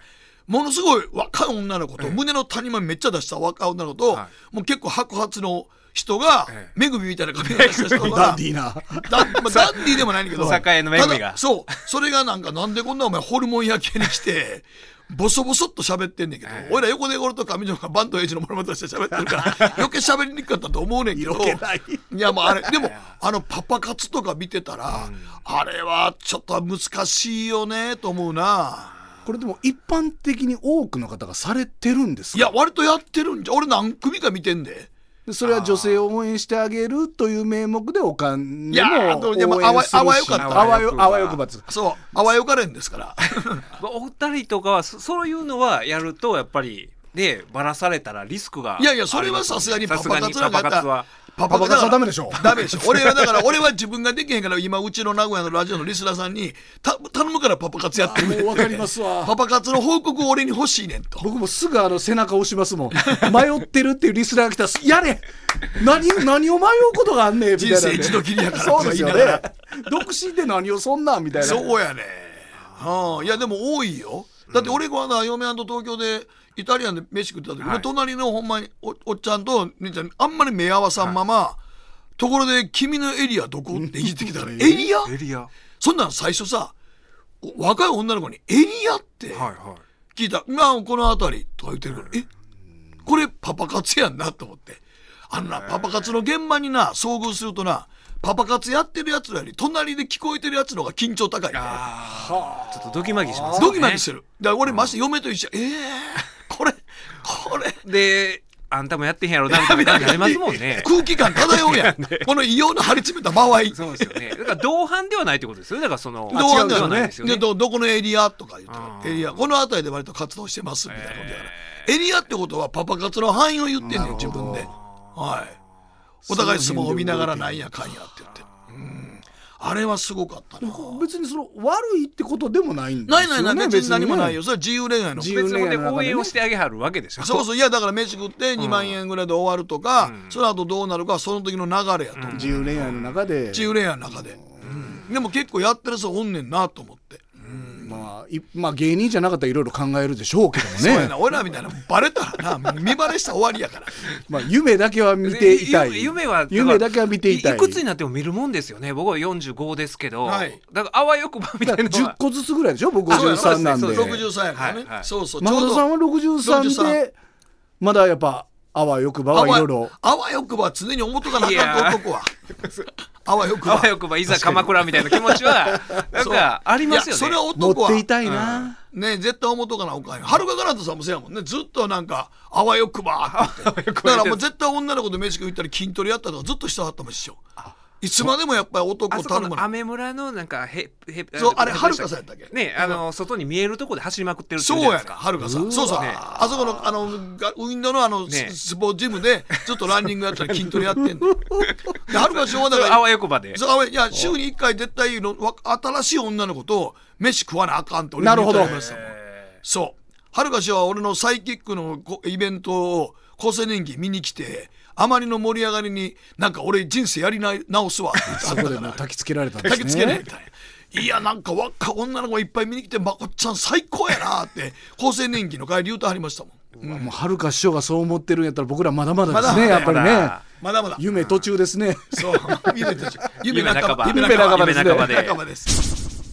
E: ものすごい若い女の子と、胸の谷間めっちゃ出した若い女の子と、
C: は
E: もう結構白髪の人が
C: ええ、
E: めぐみみたいな髪型した人
D: ダ
E: が
D: ンデ、ィーな。
E: ダンまあダンディーでもないんだけど、
C: 栄の恵みが
E: ただそう、それがなんか、なんでこんなお前、ホルモン焼けに来て、ボソボソっと喋ってんねんけど、俺ら横で俺と上条がバンドエイジのものまとして喋ってるから、余計喋りにくかったと思うねんけど、いや、もうあれ、でも、あの、パパ活とか見てたら、あれはちょっと難しいよね、と思うな。
D: これでも一般的に多くの方がされてるんですか
E: いや、割とやってるんじゃ、俺何組か見てんで。
D: でそれは女性を応援してあげるという名目でお金
E: いやー
D: も
E: ど
D: 応
E: うでも
D: 援するし
E: あわあわよかった
C: な
D: あわよあわよくばつ
E: そう、あわよかれんですから。
C: い、お二人とかはそそういうのはやるとやっぱりでバラされたらリスクが
E: いやいや、それはさすがにパパ活なんかや
C: さす
E: った
C: がにパパ活は
E: ら、パ
D: パパ活はダメでしょ
E: ダメでしょ。俺はだから、俺は自分ができへんから、今、うちの名古屋のラジオのリスナーさんに、た頼むからパパ活やってくれって
D: あもうわかりますわ
E: パパ活の報告を俺に欲しいねんと。
D: 僕もすぐあの背中押しますもん 迷ってるっていうリスナーが来たら「やれ何何を迷うことがあんねん」みたいな
E: 人生一度きりやから
D: そうですよ
E: とか言いな
D: ね独身で何をそんなんみたいな
E: そうやね。うん。いや、でも多いよ。だって俺がな、嫁はんと東京で、イタリアンで飯食ってた時、
C: はい
E: 俺隣のほんまにおおっちゃんと姉ちゃん、あんまり目合わさんまま、ところで、君のエリアどこって言ってきたから、エリア
C: エリアは
E: そんなん最初さ、お若い女の子に、エリアって
C: いは
E: 聞いたら、まあ、この辺りとか言ってるから、えこれパパ活やんなと思って。あのな、パパ活の現場にな、遭遇するとな、パパ活やってるやつらより、隣で聞こえてるやつの方が緊張高いね。
C: いちょっとドキマギしますね
E: ドキマキしてる。だから俺、まして嫁と一緒、ええこれ、これ。
C: であんたもやってへ んやろなみたいな感じになりますもん ね
E: 空気感漂 うやん。この異様な張り詰めた間合い。
C: そうですよねだから同伴ではないってことですよねだからその
E: 同伴では
C: 違う
E: ない
C: ん
E: で
C: ですす
E: よ
C: よ
E: ね
C: ね
E: どどこのエリアとか言ったら
C: あ、ー
E: エリア、この辺りで割と活動してますみたいなことやから。エリアってことはパパ活の範囲を言ってんのよ、自分で。はい。お互い相撲を見ながらなんやかんやって言って。うん。あれはすごかったな。
D: 別にその悪いってことでもないんですよ、
E: な
D: ね、
E: いないない、別に何もない
D: よ
E: よ。それは自由恋愛の。
D: 自由
C: 別ので
D: 自由恋愛の中でね
C: 応援をしてあげはるわけでしょ
E: そうそう、いやだから飯食って2万円ぐらいで終わるとか、その後どうなるかはその時の流れやと。
D: 自由恋愛の中で
E: 自由恋愛の中で。でも結構やってる人おんねんなと思って。
D: まあ、い まあ芸人じゃなかったらいろいろ考えるでしょうけども
E: そうや
D: ね
E: な、俺らみたいなのバレたらな、見バレしたら終わりやから。
D: まあ夢だけ は見ていたい
C: ゆ夢は
D: 夢だけは見ていたい
C: いくつになっても見るもんですよね僕は45ですけど、
E: はい
C: だからあわよくばみたいなの
D: 10
C: は
D: 個ずつぐらいでしょ僕53なんで
C: そうそうそう
E: 63やからね。
C: はいはい
E: そうそう、ちょう
D: 誠
E: ど。
D: さんは63でまだやっぱあわよくばはいろいろ
E: あわよくばは常に思っとかなあ
C: いや
E: かん
C: ー
E: と男は。あわよくば。
C: あわよくばいざ鎌倉みたいな気持ちはなん
E: そう
C: かあります
E: い
C: よ
E: や
C: ね
E: それは
D: 持
E: 男
D: っ
E: は。
D: ていたいな、
E: ね絶対思っとかなおかんよ。はるかかなたさんもそうやもんね。ずっとなんか、あわよ くばって言って。だからもう絶対女の子と飯食い行ったり筋トレやったりとかずっとしてはったもん、師匠。いつまでもやっぱ
C: あ
E: り男
C: そこ
E: たるも
C: の
E: の。
C: 雨村のなんかへへ
E: そうあれ
C: なん
E: は
C: か
E: る
C: でした
E: かさんやったっけ
C: ねあの外に見えるところで走りまくってるってい
E: そう
C: じゃな
E: や
C: いです
E: な、
C: か
E: はるかさん。そうそう。
C: ね
E: あそこの、あの、がウィンドウのあの、
C: ね
E: ススポーツジムで、ずっとランニングやったり筋トレやってんの。ではるか昭和だか
C: あ
E: ら、
C: わよくばで
E: そうあいや、週に1回絶対の、わ新しい女の子と飯食わなあかんって俺
D: なるほど
E: 言ってましたもんそう。はるか氏は俺のサイキックのこイベントを、厚生年金見に来て、あまりの盛り上がりに、なんか俺人生やりな直すわって言っては
D: そ
E: った
D: こ
E: か
D: で
E: ら
D: もう焚きつけられたんです
E: 焚
D: ね
E: きつけねみたいな。いや、なんか若い女の子いっぱい見に来て、まこっちゃん最高やなって、厚生年金の会理言うてはりましたもん。
D: もうはるか師匠がそう思ってるんやったら僕らまだまだですね
E: ま
D: や
E: だまだ
D: っぱり
C: ま
D: ね
C: だ
E: まだまだ。
D: 夢途中ですね
E: そう。 夢でしょ
C: 夢半ば
E: 夢半ば
D: 夢
E: 夢
D: 半
E: 半
C: ばで
E: ばですす。夢半ばです。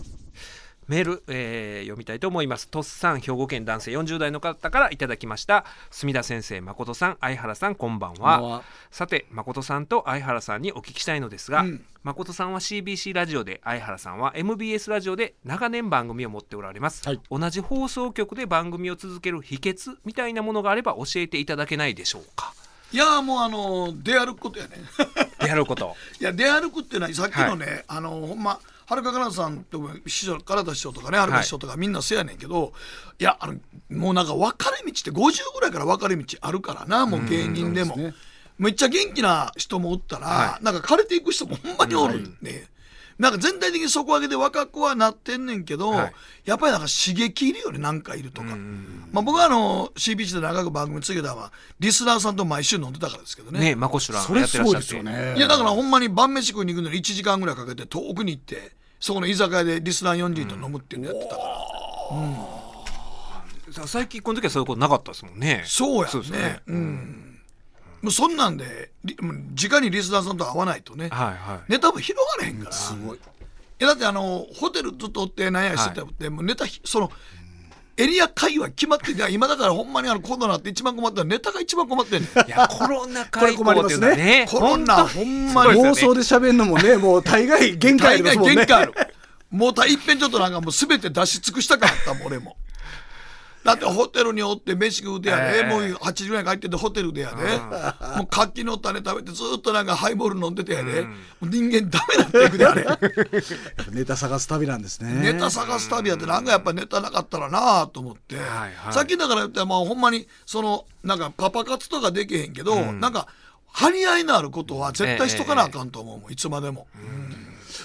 C: メール、えー読みたいと思います。とっさん、兵庫県男性40代の方からいただきました。墨田先生、誠さん、相原さん、こんばんは。
D: こんばんは
C: さて、誠さんと相原さんにお聞きしたいのですが、
E: うん
C: 誠さんは CBC ラジオで、相原さんは MBS ラジオで長年番組を持っておられます。
D: はい
C: 同じ放送局で番組を続ける秘訣みたいなものがあれば教えていただけないでしょうか。
E: いや、もうあの、出歩くことやね。
C: やること。
E: いや、出歩くっていうのは、さっきのね、あの、ほんま、はるかかなさんとか、師匠、からた師匠とかね、はるか師匠とか、みんなせやねんけど、いや、あの、もうなんか分かれ道って50ぐらいから分かれ道あるからな、もう芸人でも。
D: そうですね
E: めっちゃ元気な人もおったら、なんか枯れていく人もほんまにおるんで、なんか全体的に底上げで若くはなってんねんけど、
C: はい
E: やっぱりなんか刺激いるよね、なんかいるとか。まあ僕はあの、CBC で長く番組続けたのは、リスナーさんと毎週飲んでたからですけどね。
C: ね、マコシュラ
D: そ
C: ン
D: れ
C: やって
D: す
C: らっし
D: ごい
C: ゃ
D: で
C: っ
D: す
C: て。
D: よね
E: いやだからほんまに晩飯食いに行くのに1時間ぐらいかけて遠くに行ってそこの居酒屋でリスナー40人と飲むっていうのやってたから、
C: さ最近この時はそういうことなかったですもんね。
E: そうや
C: そう
E: ね
C: ですね
E: うんもうそんなんでりもう直にリスナーさんと会わないとね、
C: はいはい。
E: ネタも広がれへんから、いやだってあのホテルずっとおってなんやしてたって、もうネタひそのエリア界は決まってて今だからほんまにあのコロナって一番困ったのはネタが一番困ってんねん
C: いや、コロナ禍以降っていうのは
D: これ困ります
C: ね。
E: コロナほんまに
D: 妄想で喋るのもねもう大概限界あ
E: 大
D: ります
E: 概
D: もんね
E: 限界ある。もうたいっぺんちょっとなんかもう全て出し尽くしたかったもん、俺も。だってホテルにおって飯食うてやで、
C: ええ
E: もう8時ぐらいに帰っててホテルでやで、もう活気の種食べてずっとなんかハイボール飲んでてやで、もう人間ダメだっていくであれ。
D: ネタ探す旅なんですね
E: ネタ探す旅やってなんかやっぱネタなかったらなあと思って、
C: はいはい
E: さっきだから言ったらまあほんまにそのなんかパパ活とかできへんけど、なんか張り合いのあることは絶対しとかなあかんと思うもん、いつまでも、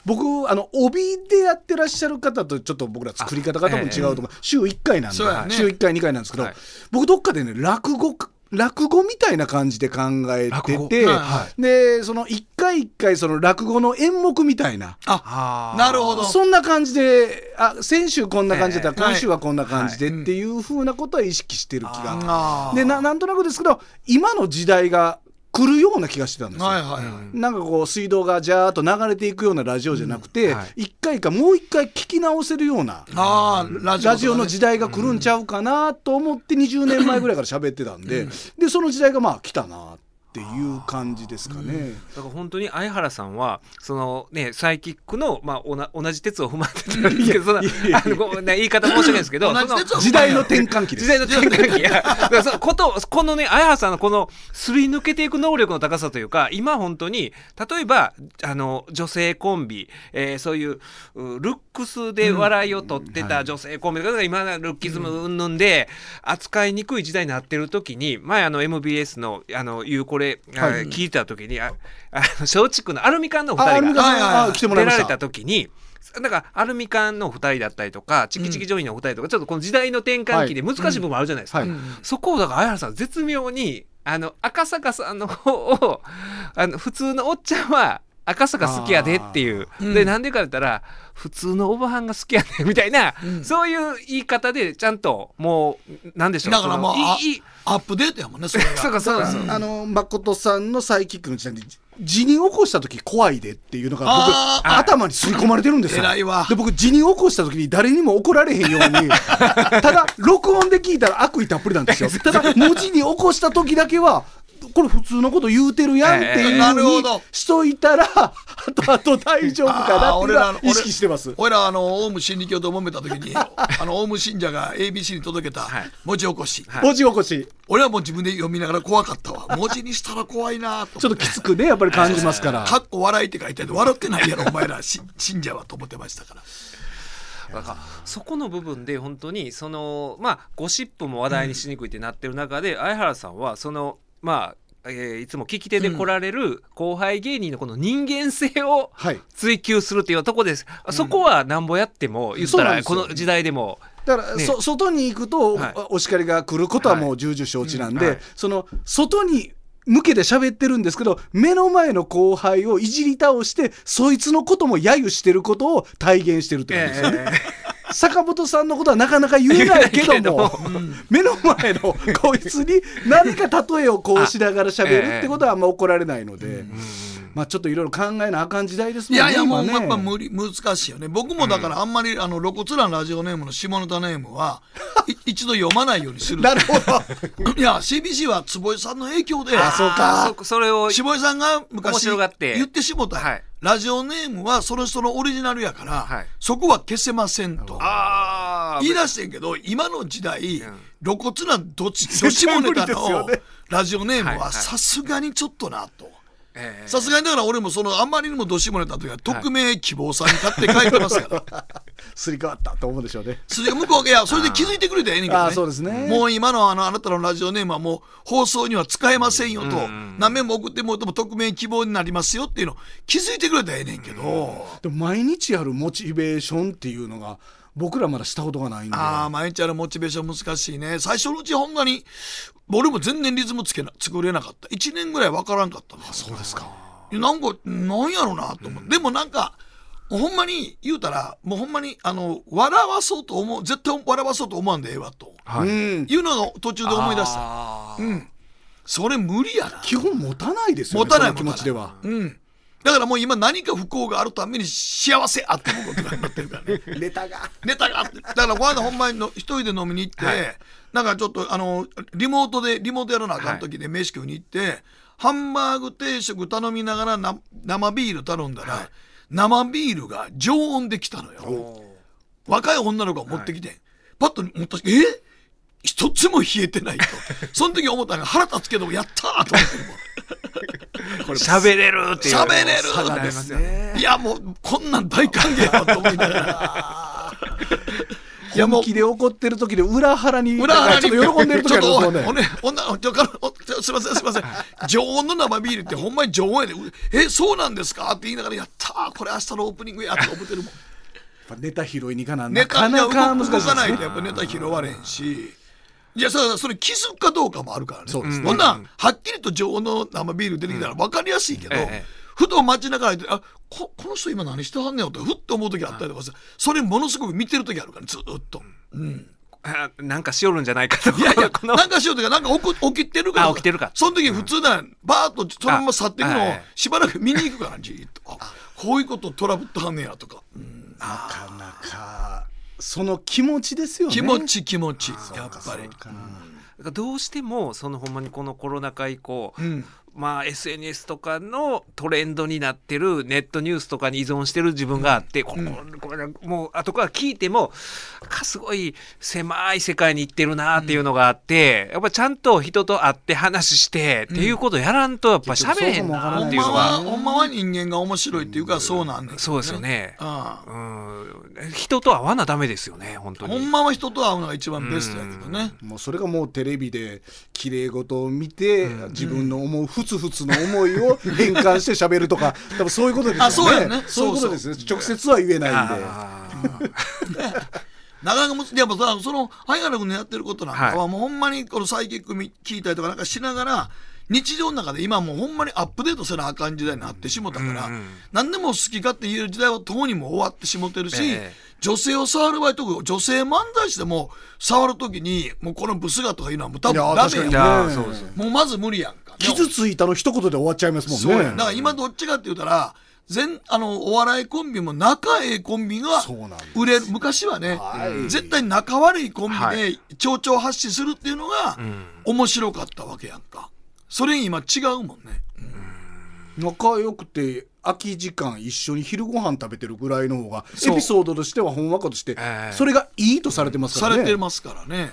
D: 僕あの帯でやってらっしゃる方とちょっと僕ら作り方方も違うとか、週1回なんで、
E: そうやね
D: 週1回2回なんですけど、
C: はい
D: 僕どっかでね落語落語みたいな感じで考えて
C: 落
D: て、
E: 語はいは
D: でその1回1回その落語の演目みたいな。
E: あ
C: あー
E: なるほど
D: そんな感じであ先週こんな感じだった
E: ええ
D: ら今週はこんな感じでっていうふうなことは意識してる気が、
E: あー
D: でななんとなくですけど今の時代が来るような気がしてたんですよ。
E: はいはいはい、
D: なんかこう水道がジャーっと流れていくようなラジオじゃなくて、
C: うんはい
D: 一回かもう一回聞き直せるような
E: ああラジオ,、
D: ラジオの時代が来るんちゃうかなと思って20年前ぐらいから喋ってたんで、でその時代がまあ来たなっていう感じですかね。
C: だから本当に相原さんはそのねサイキックの、まあ、おな同じ鉄を踏まえてたんですけどそのあのごめんね言い方申し訳ないですけど
E: 同じ
C: その
E: 鉄を
D: 時代の転換期
C: 時
D: です
C: 代の転換期やだからそのことこのね綾原さんのこのすり抜けていく能力の高さというか今本当に例えばあの女性コンビ、えーそういううルックスで笑いを取ってた女性コンビとかが今ルッキズム云々で扱いにくい時代になってる時に前あの MBS の「あのゆうこれ」あ
D: はい
C: 聞いた時にああの松竹のアルミ缶の
D: あア
C: 2
D: ル
C: 人
D: ミ
C: が
D: カさん、
E: はいはいはい
D: あ来てもら
C: 出
D: いま
C: ら
D: し
C: れ
D: た。
C: た時にだからアルミ缶の2人だったりとかチキチキジョインの2人とか、ちょっとこの時代の転換期で難しい部分もあるじゃないですか、
D: はい
C: そこをだから相原さん絶妙にあの赤坂さんの方を あの普通のおっちゃんは赤坂好きやでっていう、
E: ーう
C: で
E: ん
C: なんでか言ったら普通のおばはんが好きやねみたいな、
E: うん
C: そういう言い方でちゃんともうなんでしょう
E: だからもう
C: その
E: あ
C: いいいい
E: アップデートやもんねそれが
C: そうかそうです
D: あの誠さんのサイキックの時代に辞任起こした時怖いでっていうのが僕
E: あー
D: 頭に吸い込まれてるんですよ。
E: 偉いわ
D: で僕辞任起こした時に誰にも怒られへん ようにただ録音で聞いたら悪意たっぷりなんですよ。ただ文字に起こした時だけはこれ普通のこと言うてるやんって
C: え
D: い
E: え
D: う
E: なる
D: ふ
E: ほ
D: うに
E: ど
D: しといたらあとあと大丈夫かなっていうのは意識してます。
E: 俺らあのオウム真理教と揉めた時にあのオウム信者が ABC に届けた
C: はい
E: 文字起こし、
D: 文字起こし
E: 俺はもう自分で読みながら怖かったわ文字にしたら怖いなと
D: ちょっときつくねやっぱり感じます から。
E: かっこ笑いって書いてある笑ってないやろお前らし信者はと思ってましたから
C: だからそこの部分で本当にそのまあゴシップも話題にしにくいってなってる中で、相原さんはそのまあ、えーいつも聞き手で来られる後輩芸人のこの人間性を
D: はい
C: 追求するっていうとこです、そこはなんぼやっても言った
D: そうなん
C: ら
D: です
C: こ
D: よ
C: の時代でも
D: だから、
C: ね
D: そ外に行くと、
C: はい
D: おお叱りが来ることはもう重々承知なんで、
C: はいうんはい
D: その外に向けて喋ってるんですけど目の前の後輩をいじり倒してそいつのことも揶揄してることを体現してるっ てことですよね。坂本さんのことはなかなか言えないけども目の前のこいつに何か例えをこうしながら喋るってことはあんま怒られないので、まあちょっといろいろ考えなあかん時代ですも
E: い
D: んね。
E: やいやもう
D: 今
E: や
D: ね
E: っぱ無理難しいよね僕もだからあんまりあの露骨なラジオネームの下ネタネームはい一度読まないようにする
D: なるほど。
E: いや CBC は坪井さんの影響で
D: あそうか
C: そそれを
E: 下井さんが
C: 面
E: 昔
C: 白がって
E: 言ってしもた、
C: はい
E: ラジオネームはその人のオリジナルやから、
C: はい
E: そこは消せませんと
C: あ
E: 言い出してんけど今の時代、
C: ん
E: 露骨など っちどっちもネ
D: 絶対無理で
E: タ
D: すよ
E: の
D: ね
E: ラジオネー
C: はい
E: ム
C: はい
E: はさすがにちょっとなと。
C: えー
E: さすがにだから俺もそのあんまりにもどっちもネタというか匿名希望さんに買って書いてますから
D: すり替わったと思うでしょうね。
E: それで向こうがい やそれで気づいてくれたらええねんけど、
D: あ
E: ね、
D: ーそうですね
E: もう今のあのあなたのラジオネームはもう放送には使えませんよと何面も送ってもらっても匿名希望になりますよっていうの気づいてくれたらええねんけど、
D: でも毎日あるモチベーションっていうのが僕らまだしたことがないんで
E: ああ、毎日あるモチベーション難しいね。最初のうちほんまに、俺も全然リズムつけな、作れなかった。1年ぐらいわからんかったな。そうですか。なんか、なんやろなと思って。でもなんか、ほんまに言うたら、もうほんまに、あの、笑わそうと思う、絶対笑わそうと思わんでええわと。
C: はい
D: うん
E: いうのを途中で思い出した。
C: あー
E: うん。それ無理やな。
D: 基本持たないですよね
E: 持たない
D: その気持ちでは
E: うん。だからもう今何か不幸があるために幸せあってこうことになってるからね。
D: ネタが
E: ネタがあって。だから、この間ほんまにの一人で飲みに行って、なんかちょっと、あの、リモートで、リモートやらなあかん時で飯食いに行って、ハンバーグ定食頼みながらな生ビール頼んだら、生ビールが常温で来たのよ。若い女の子が持ってきてん、パッと持った瞬間え一つも冷えてないと。その時思ったのが腹立つけど、やったーと思ってもう。
C: 喋れるっていう
E: 喋れる
C: 差がありますよね
E: いやもうこんなん大歓迎だと思いながらいやも
D: 本
E: う
D: 気で怒ってる時で裏腹に
E: 裏腹に
D: ちょっと喜んでる時ありますもん
E: ちょっとお
D: ね
E: ね、おね女ちょかおちょすいません、すいません。常温の生ビールってほんまに常温やで、うえ、そうなんですかって言いながら、やったー、これ明日のオープニングやって思ってるもん。
D: やっぱネタ拾いに行か な
E: ネ
D: な
E: タ
D: かなか難しい
E: 動
D: です
E: かない
D: ね
E: とやっぱネタ拾われへんし。いや、そそれ気づくかどうかもあるからね。
D: そうですね
E: ほんならはっきりと常温の生ビール出てきたら分かりやすいけど、
C: ええ
E: ふと街中で、あここの人今何してはんねんよって、ふっと思う時あったりとかさ、それものすごく見てる時あるから、ずーっと。
C: あ なんかしよるんじゃないかと。
E: いやいや
C: こ、の
E: なんかしようとか、なんか起こ起きてるか
C: あ
E: ら。
C: 起きてるか
E: その時に普通なら、バーッとそのまま去っていく
C: あは
E: の
C: い
E: を
C: はい、
E: しばらく見に行くから、じーっと。あ、こういうことトラブってはんねやとか。
D: なかなかその気持ちですよね
E: 気持ち気持ち、やっぱり。
C: なんかどうしてもそのほんまにこのコロナ禍以降、
E: ん
C: まあ SNS とかのトレンドになってるネットニュースとかに依存してる自分があって、こここれもう後から聞いてもかすごい狭い世界に行ってるなっていうのがあって、やっぱちゃんと人と会って話してっていうことをやらんとやっぱ喋れへんな
E: ほ
C: っ
E: ん
C: ていう
E: ま
C: のが
E: は、ほんまは人間が面白いっていうか、そうなんです。
C: そうですよね。
E: あ
C: うん、人と会わなダメですよね本当
E: あ
C: に。
E: ほんまは人と会うのが一番ベストやけどね。
D: もうそれがもうテレビで綺麗事を見て、自分の思うふつふつの思いを変換して喋るとか多分そういうことですよね
E: あそうやね
D: そういうことですね直接は言えないんで
C: あ
E: なかなかむずいやっぱさその灰原君のやってることなんかは、
C: は
E: もうほんまにこのサイキックみ聞いたりとかなんかしながら日常の中で今もうほんまにアップデートせなあかん時代になってしもたから、
C: うんうん
E: 何でも好き勝手言える時代はとうにもう終わってしもてるし、
C: ええ
E: 女性を触る場合特に女性漫才師でも触る時にもうこのブスがとかいうのはもう多分
D: いや
E: ダ
D: 確か
E: メ
D: に
C: じ
E: やん
C: ゃあそうですよね
E: もうまず無理やんか
D: 傷ついたの一言で終わっちゃいますもんね
E: そうやだから今どっちかって言うたら全あのお笑いコンビも仲ええコンビが
D: そうなんです
E: 売れる昔はね、
D: はい
E: 絶対仲悪いコン
C: は
E: ビで町長発信するっていうのが面白かったわけやんかそれに今違うもんね
D: 仲良くて空き時間一緒に昼ご飯食べてるぐらいの方が
C: そう
D: エピソードとしてはほんわかとして、
C: ええ
D: それがいいとされてますか
E: さ
D: らね
E: れてますからね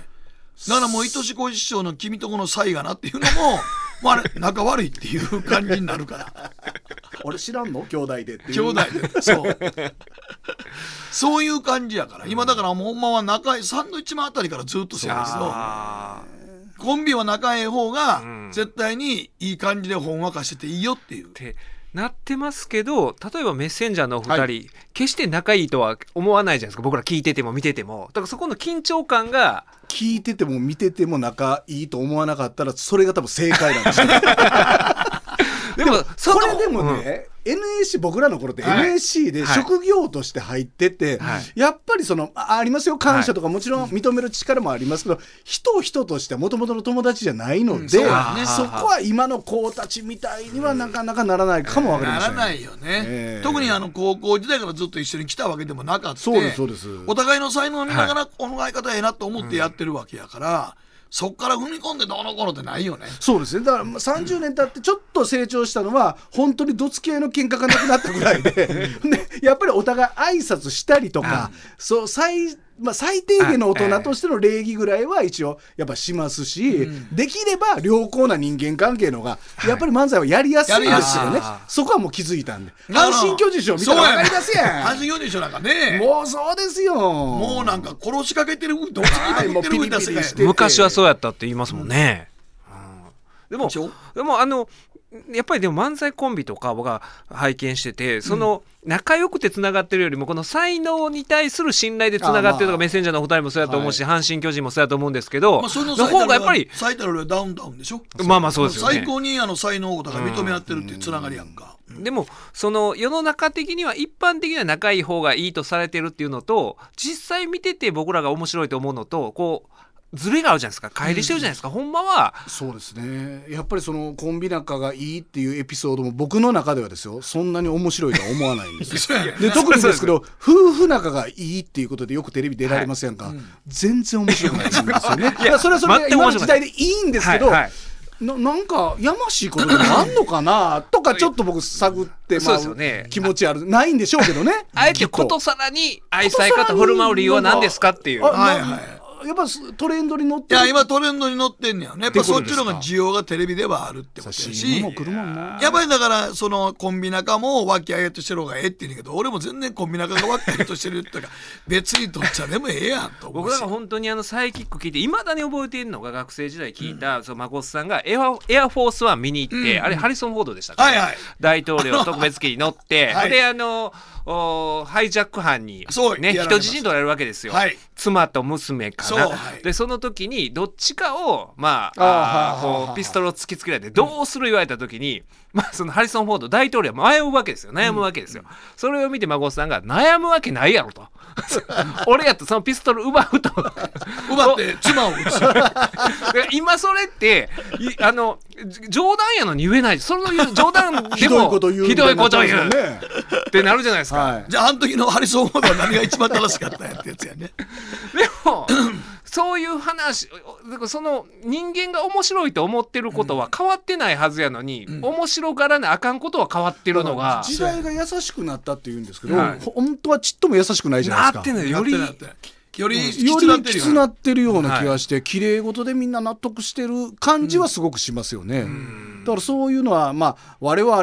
E: だからもう愛しこ師匠の「君とこの才がな」っていうの ももうあれ仲悪いっていう感じになるから
D: 俺知らんの兄弟でっていう
E: 兄弟でそうそういう感じやから今だからもうほんまは仲いいサンドイッチマンあたりからずっとそうやけど
C: あ
E: コンビは仲ええ方が
C: ん
E: 絶対にいい感じでほんわかしてていいよっていう
C: ってなってますけど例えばメッセンジャーのお二人、
D: は
C: 決して仲いいとは思わないじゃないですか僕ら聞いてても見ててもだからそこの緊張感が
D: 聞いてても見てても仲いいと思わなかったらそれが多分正解なんですよ
C: でもそ
D: こ
C: の
D: れでも
C: うん
D: ね、NAC 僕らの頃って
C: はい
D: NAC で
C: はい
D: 職業として入ってて、
C: はい
D: やっぱりそのあありますよ感謝とかもちろん認める力もありますけど、人を人としてはもともとの友達じゃないので、
E: うん
D: そ
E: そう
D: こ
E: だ
C: ね
D: は今の子たちみたいにはなかなかならないかもわかりま
E: な
D: せん、
E: らないよね、
D: ええ
E: 特にあの高校時代からずっと一緒に来たわけでもなかった
D: そうですそうです
E: お互いの才能を見ながらこの相方ええなと思ってやってるわけやから、そっから踏み込んでどうのこうのってないよね
D: そうですねだからまあ30年経ってちょっと成長したのは本当にどつき合いの喧嘩がなくなったぐらいで でやっぱりお互い挨拶したりとかそう最,、まあ、最低限の大人としての礼儀ぐらいは一応やっぱしますし、できれば良好な人間関係のがやっぱり漫才はやりやすいですよ
E: やり
D: ね
E: やすい
D: そこはもう気づいたんで阪神・巨人賞見たら
E: そう
D: 分かります
E: 阪
D: や
E: 神巨人賞なんかね
D: ん
E: も
D: もうそうですよ
E: う
D: も
E: なんか殺しかけてるどっちにかけて
D: は
E: るみたいな世界
D: いもうピリピリして
E: やね
C: 昔はそうやったって言いますもんね。うんでも
E: でしょ
C: でもあのやっぱりでも漫才コンビとか僕は拝見しててその仲良くてつながってるよりもこの才能に対する信頼でつながってるとか、
D: あまあ
C: メッセンジャーのお二人もそうやと思うし、阪神・巨人もそうやと思うんですけど、
E: まあ、それ
C: の
E: の最た
C: 方
E: る
C: がやっぱり
E: 最たるはダウンダウンでしょ
C: まあまあそうですよね
E: 最高にあの才能をお互い認め合ってるっていうつながりやんか、
C: でもその世の中的には一般的には仲いい方がいいとされてるっていうのと実際見てて僕らが面白いと思うのとこうズレがあるじゃないですか乖離してるじゃないですか、ほんまは
D: そうですねやっぱりそのコンビ仲がいいっていうエピソードも僕の中ではですよそんなに面白いとは思わないん ですよ
E: そうやね
D: で特にですけど夫婦仲がいいっていうことでよくテレビ出られませんか、全然面白くないんですよねいやそれはそれ
C: 全
D: で
C: く
D: 今
C: 面白く
D: の時
C: な
D: 代
C: い
D: でいいんですけど、
C: はいはい
D: ななんかやましいことでもあんのかなとかちょっと僕探って
C: そう
D: ま
C: ですよね
D: う気持ちあるない んでしょうけどね
C: あえてことさらに愛され方振る舞う理由は何ですかっていう
D: あ
C: あ
E: はい
D: な
E: はい
D: やっぱすトレンドに乗って
E: い
D: る
E: や、今トレンドに乗ってんねやね。やっぱそっちの方が需要がテレビではあるってことや
D: 写
E: し
D: 真。も来るもんな
E: やっぱりだから、そのコンビ仲も和気あいあいとしてる方がええって言うんやけど、俺も全然コンビ仲が和気あいあいとしてるとか、別にどっちでもええやんと思
C: 僕
E: う
C: ら
E: し
C: が。本当にあのサイキック聞いていまだに覚えているのが学生時代聞いた、そのマコスさんがエア「エアフォースワン見に行って、あれハリソン・フォードでしたか、
E: はいはい
C: 大統領特別機に乗って、
E: はい
C: であのおハイジャック犯に、
E: そう
C: ね、
E: やられま
C: 人
E: した
C: 質に取られるわけですよ、
E: はい
C: 妻と娘かな
E: そうはい
C: でその時にどっちかを、まあ
D: あ
C: あー
D: ーはあはあはあ
C: こうピストルを突きつけられてどうする言われた時に、まあ、そのハリソン・フォード大統領は迷うわけですよ悩むわけですよ、それを見て孫さんが悩むわけないやろと俺やったらそのピストル奪うと
E: 奪って妻を撃つ。
C: だから今それっていあのじ冗談やのに言えないその言う冗談で
D: ひどい
C: も
D: こと言う
C: ひ
D: みた
C: どい
D: な
C: こと言う
D: ってますよね
C: ってなるじゃないですか、
D: はい
E: じゃあ、あの時のハリソン・フォードは何が一番正しかったんやってやつやね。
C: でもそういう話おだからその人間が面白いと思ってることは変わってないはずやのに、面白がらなあかんことは変わってるのが。
D: 時代が優しくなったって言うんですけど、
C: はい
D: 本当はちっとも優しくないじゃないですか
C: なってんのより
E: なってなってよりき
D: よ
E: つなっ
D: り
E: て
D: き
E: るよ
D: つ
E: ね
D: なってるような気がして、綺麗事でみんな納得してる感じはすごくしますよね。だからそういうのは、まあ、我々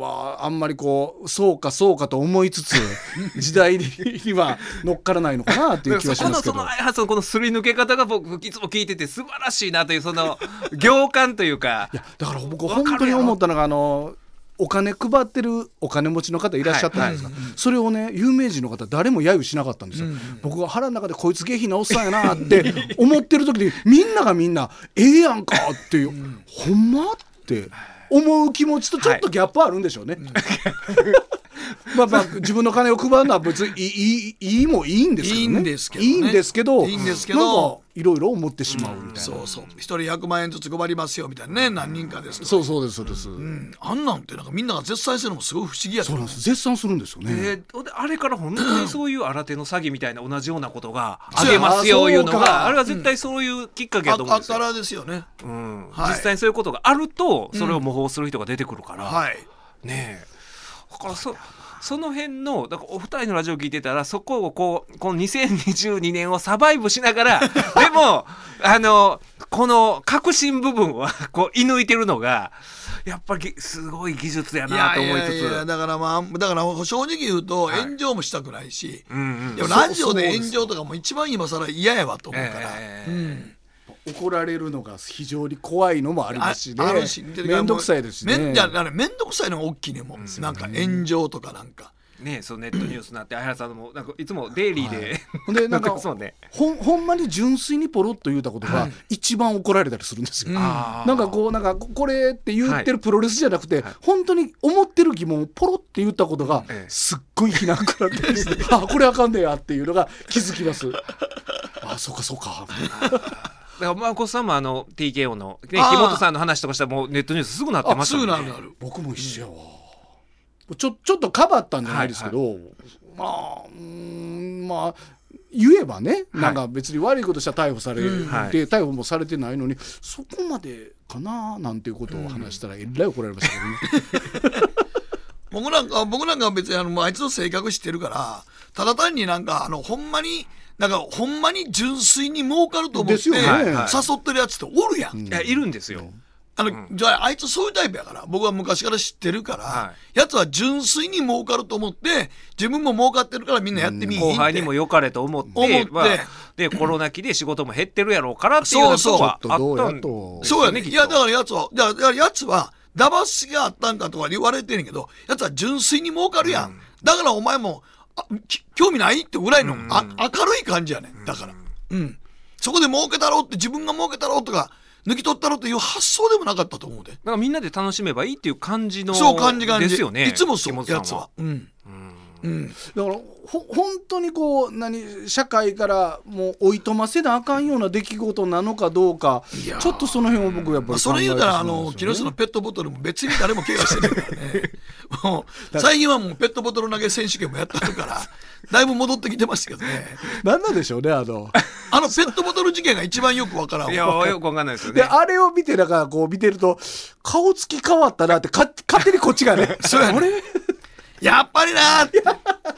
D: はあんまりこう、そうかそうかと思いつつ、時代には乗っからないのかなっていう気はし
C: そこ
D: ま
C: の
D: すけ
C: そ
D: ど
C: の。あそのこのすり抜け方が僕いつも聞いてて素晴らしいなというそ の行間というか
D: いや、だから僕
C: わかるや
D: 本
C: ろ
D: 当に思ったのが、あの、お金配ってるお金持ちの方いらっしゃったじゃないですか、それをね有名人の方誰も揶揄しなかったんですよ、僕が腹の中でこいつ下品なおっさんやなって思ってる時にみんながみんなええやんかっていう、ほんまって思う気持ちとちょっとギャップあるんでしょうね、 まあまあ自分の金を配るのは別にいいいいいいもいいんですけどね
E: いいんですけどね
D: いいんですけど
E: いいんですけど
D: なんかいろいろ思ってしまうみたいな、
E: そうそう。一人100万円ずつ配りますよ、みたいなね。何人かですと。
D: そうそうですそうです、
E: あんなんて、なんかみんなが絶賛してるのもすごい不思議や
D: そうなんです絶賛するんですよね、
C: えーであれから本当にそういう新手の詐欺みたいな同じようなことがあげますよいうの
D: そうか
C: があれは絶対そういうきっかけ
E: あ
C: だと思うん
E: あ
C: ですよ
E: か、らですよね。
C: うん
E: はい
C: 実際にそういうことがあるとそれを模倣する人が出てくるから、
E: はい。
C: ねえだからそその辺のだからお二人のラジオ聞いてたらそこをこうこの2022年をサバイブしながら でもあのこの革新部分はこう射抜いてるのがやっぱりすごい技術や
E: いや
C: なと思いつつ。
E: ややだからまあだから正直言うと炎上もしたくないし、
C: うんうん
E: でもラジオで炎上とかも一番今更嫌やわと思うから、
C: ええ
D: 怒られるのが非常に怖いのもあり
E: あ
D: ますしね
E: あるし
D: 面倒くさいですしね
E: めんじゃあ面倒くさいのが大きいねもう、なんか炎上とかなんか、
C: ねえそのネットニュースになって相原さんもなんかいつもデイリーで、
D: ほんでなん
C: なって
D: か
C: ますもんね
D: ほんほんまに純粋にポロッと言うたことが一番怒られたりするんですよ。
C: あー
D: なんかこうなんかここれって言ってるプロレスじゃなくて、本当に思ってる疑問をポロって言ったことが
C: ええ
D: すっごい非難くらってです ねあこれあかんねやっていうのが気づきます。あそうかそうか。
C: だからマーコスさんもあの TKO の、ね、木
E: あー
C: 本さんの話とかしたらもうネットニュースすぐなって
E: あ
C: まし
E: す
C: たも
E: ぐ
C: んね
E: なるなる
D: 僕も一緒やわ、ちょちょっとかばったんじゃないですけど、まあうーんまあ言えばね、なんか別に悪いことしたら逮捕されて、
C: はい
D: 逮捕もされてないのにそこまでかななんていうことを話したらえらい怒られましたけどね、
E: 僕なんか僕なんかは別にあのもうあいつの性格知ってるからただ単になんかあのほんまになんかほんまに純粋に儲かると思っ
D: で
E: て
D: すよね
E: 誘ってるやつっておるやん、
C: いやいるんですよ、
E: あの、じゃあ、あいつそういうタイプやから、僕は昔から知ってるから、
C: は
E: やつは純粋に儲かると思って、自分も儲かってるからみんなやってみいひんって
C: 後輩にも良かれと思って
E: 思って
C: まあ、でコロナ期で仕事も減ってるやろうからってい
E: そううそう
C: のは
D: ちょ
C: あ
D: っと
C: っ
D: どう
C: た
D: や
C: ん
D: と
E: そうやね。
C: きっ
E: い
C: と
E: や、だからやつは、だからだからやつは、騙しがあったんかとか言われてんねんけど、やつは純粋に儲かるやん。だからお前も、あき興味ないってぐらいの、あ明るい感じやねん。だから。うん。そこで儲けたろうって、自分が儲けたろうとか、抜き取ったろうっていう発想でもなかったと思うで。
C: なんかみんなで楽しめばいいっていう感じの
E: そう感じ感じ。
C: ですよね
E: いつもそ
C: 木本
E: う、
C: さん
E: やつは。うん。うん。
D: だからほ本当にこう何社会からもう追いとませなあかんような出来事なのかどうか
E: いやー
D: ちょっとその辺を僕やっぱ
E: まあ、
D: り
E: それ言うたら、あの、
D: 木
E: 木下のペットボトルも別に誰も怪我してないからね。もう、 最近はもうペットボトル投げ選手権もやってる から、だいぶ戻ってきてましたけどね。
D: 何なんでしょうねあの。
E: あのペットボトル事件が一番よくわからん。
C: いやよくわかんないですよ
D: で、
C: ね
D: あれを見て、だからこう見てると、顔つき変わったなって、か勝手にこっちがね。
E: そうやね
D: あれ
E: やっぱりなーって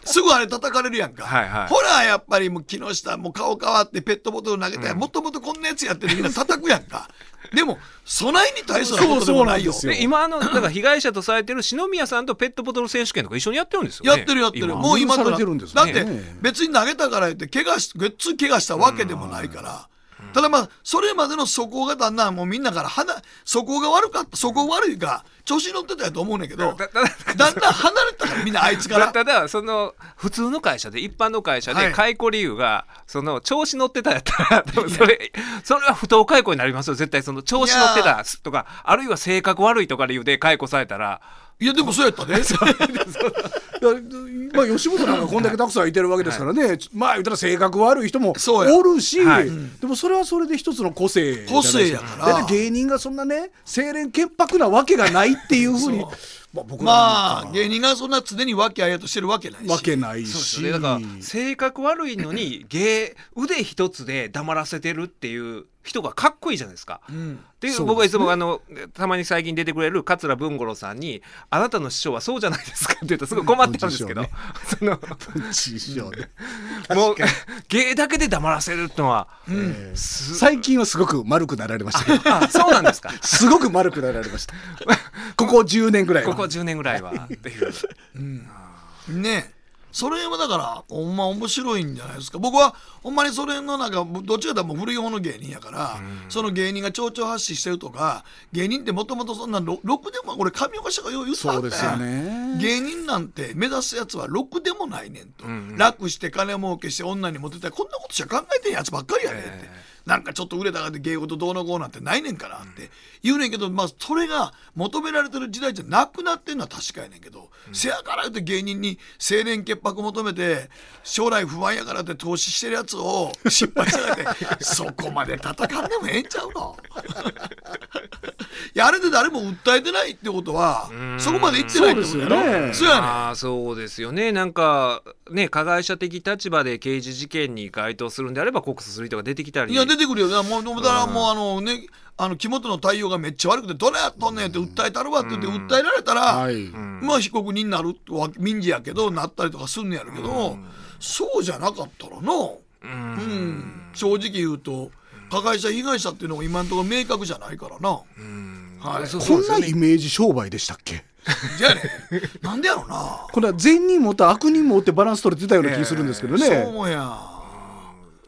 E: すぐあれ叩かれるやんか。
C: はいはい
E: ほら、やっぱりもう木下、もう顔変わってペットボトル投げたら、もともとこんなやつやってるみんな叩くやんか。でも、備えに対することでもないよ。
D: そうそうなんですよ
C: で今あのだから被害者とされてる篠宮さんとペットボトル選手権とか一緒にやってるんですよ、
E: や
C: ね、
E: ってるやってる。
C: 今
E: もう今と
D: 許されてるんです
E: だっ
D: ね
E: て別に投げたから言って、怪我し、ぐっつり怪我したわけでもないから。ただまあ、それまでの素行がだんだんもうみんなから離、素行が悪かった、素行悪いか、調子に乗ってたやと思うねんけど、だ
C: だ
E: ん
C: だ
E: だん離れたからみんなあいつか
C: た
E: ら。
C: ただその普通の会社で一般の会社
E: は
C: で
E: い
C: 解雇理由が、その調子乗ってたやったら多分それそれは不当解雇になりますよ絶対その調子乗って
E: いや
C: たとかあるいは性格悪いとか理由で解雇されたら
E: いや、でもそうやったね。
D: いやまあ、吉本なんかこんだけたくさんいてるわけですからね、まあ言ったら性格悪い人も
E: そうや
D: おるし、
C: はい
D: でもそれはそれで一つの個性じゃないです
E: 個性やから
D: だって芸人がそんなね清廉潔白なわけがないっていうふうにまあ僕ら
E: まあ、芸人がそんな常に和気あいあいとしてるわけないし。
D: わけない
C: そうです
D: し
C: よねだから性格悪いのに芸腕一つで黙らせてるっていう人がかっこいいじゃないですか。
E: うん。
C: っていう
D: そうですね
C: 僕はいつもあのたまに最近出てくれる桂文五郎さんに「あなたの師匠はそうじゃないですか」って言うとすごい困ってたんですけど、
D: うん
C: その
D: 一緒ね
C: もう 芸だけで黙らせるのは、す
D: 最近はすごく丸くなられましたけど
C: あそうなんです か
D: すごく丸くなられました ここ10年ぐらいは
C: ここ10年ぐらいはって いう
E: ねえそれはだからほんま面白いんじゃないですか僕はほんまにそれのなんかどっちかというともう古い方の芸人やから、その芸人が丁々発止してるとか芸人ってもともとそんなろろくでも俺上岡社がよう言ってた
D: そ
E: ん
D: うですよね
E: 芸人なんて目指すやつはろくでもないねんと、
C: んうん
E: 楽して金儲けして女にモテたいこんなことしか考えてんやつばっかりやねんって、
C: え
E: なんかちょっと売れたがって芸事どうのこうなんてないねんからって言うねんけど、まあ、それが求められてる時代じゃなくなってんのは確かやねんけど、せやから言って芸人に清廉潔白求めて将来不安やからって投資してるやつを失敗したらっ てそこまで戦わんでもええんちゃうの いやあれで誰も訴えてないってことはそこまでいってないってことやろ
D: そうですよね
E: そうやねん
C: ああそうですよねなんかね加害者的立場で刑事事件に該当するんであれば告訴する人が出てきたり
E: いや、出てくるよ。だからもう、だからもう、あのね、あの、木本の対応がめっちゃ悪くて、どれやっとんねんって訴えたるわって言って、訴えられたら、
D: はい
E: まあ、被告人になるわ、民事やけど、なったりとかすんねやるけど、そうじゃなかったらの、
C: うん
E: うん、正直言うと、加害者、被害者っていうのが今のところ明確じゃないからな。はい。
C: そうそ
D: こ
C: うんです
D: な
C: よね
D: イメージ商売でしたっけ
E: じゃあね、なんでやろな。
D: これは善人もおって悪人もおってバランス取れてたような気するんですけどね、
E: そうや。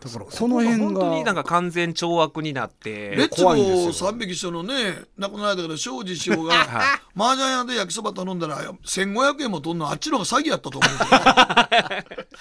D: だからその辺が
C: 本当になんか完全懲悪になって
E: レッツゴ
D: 怖いん
E: ー
D: ですよ
E: 3匹一緒のね亡くなられたから庄司師匠が
C: はい
E: 麻雀屋で焼きそば頼んだら1500円も取んのあっちの方が詐欺やったと思 うけど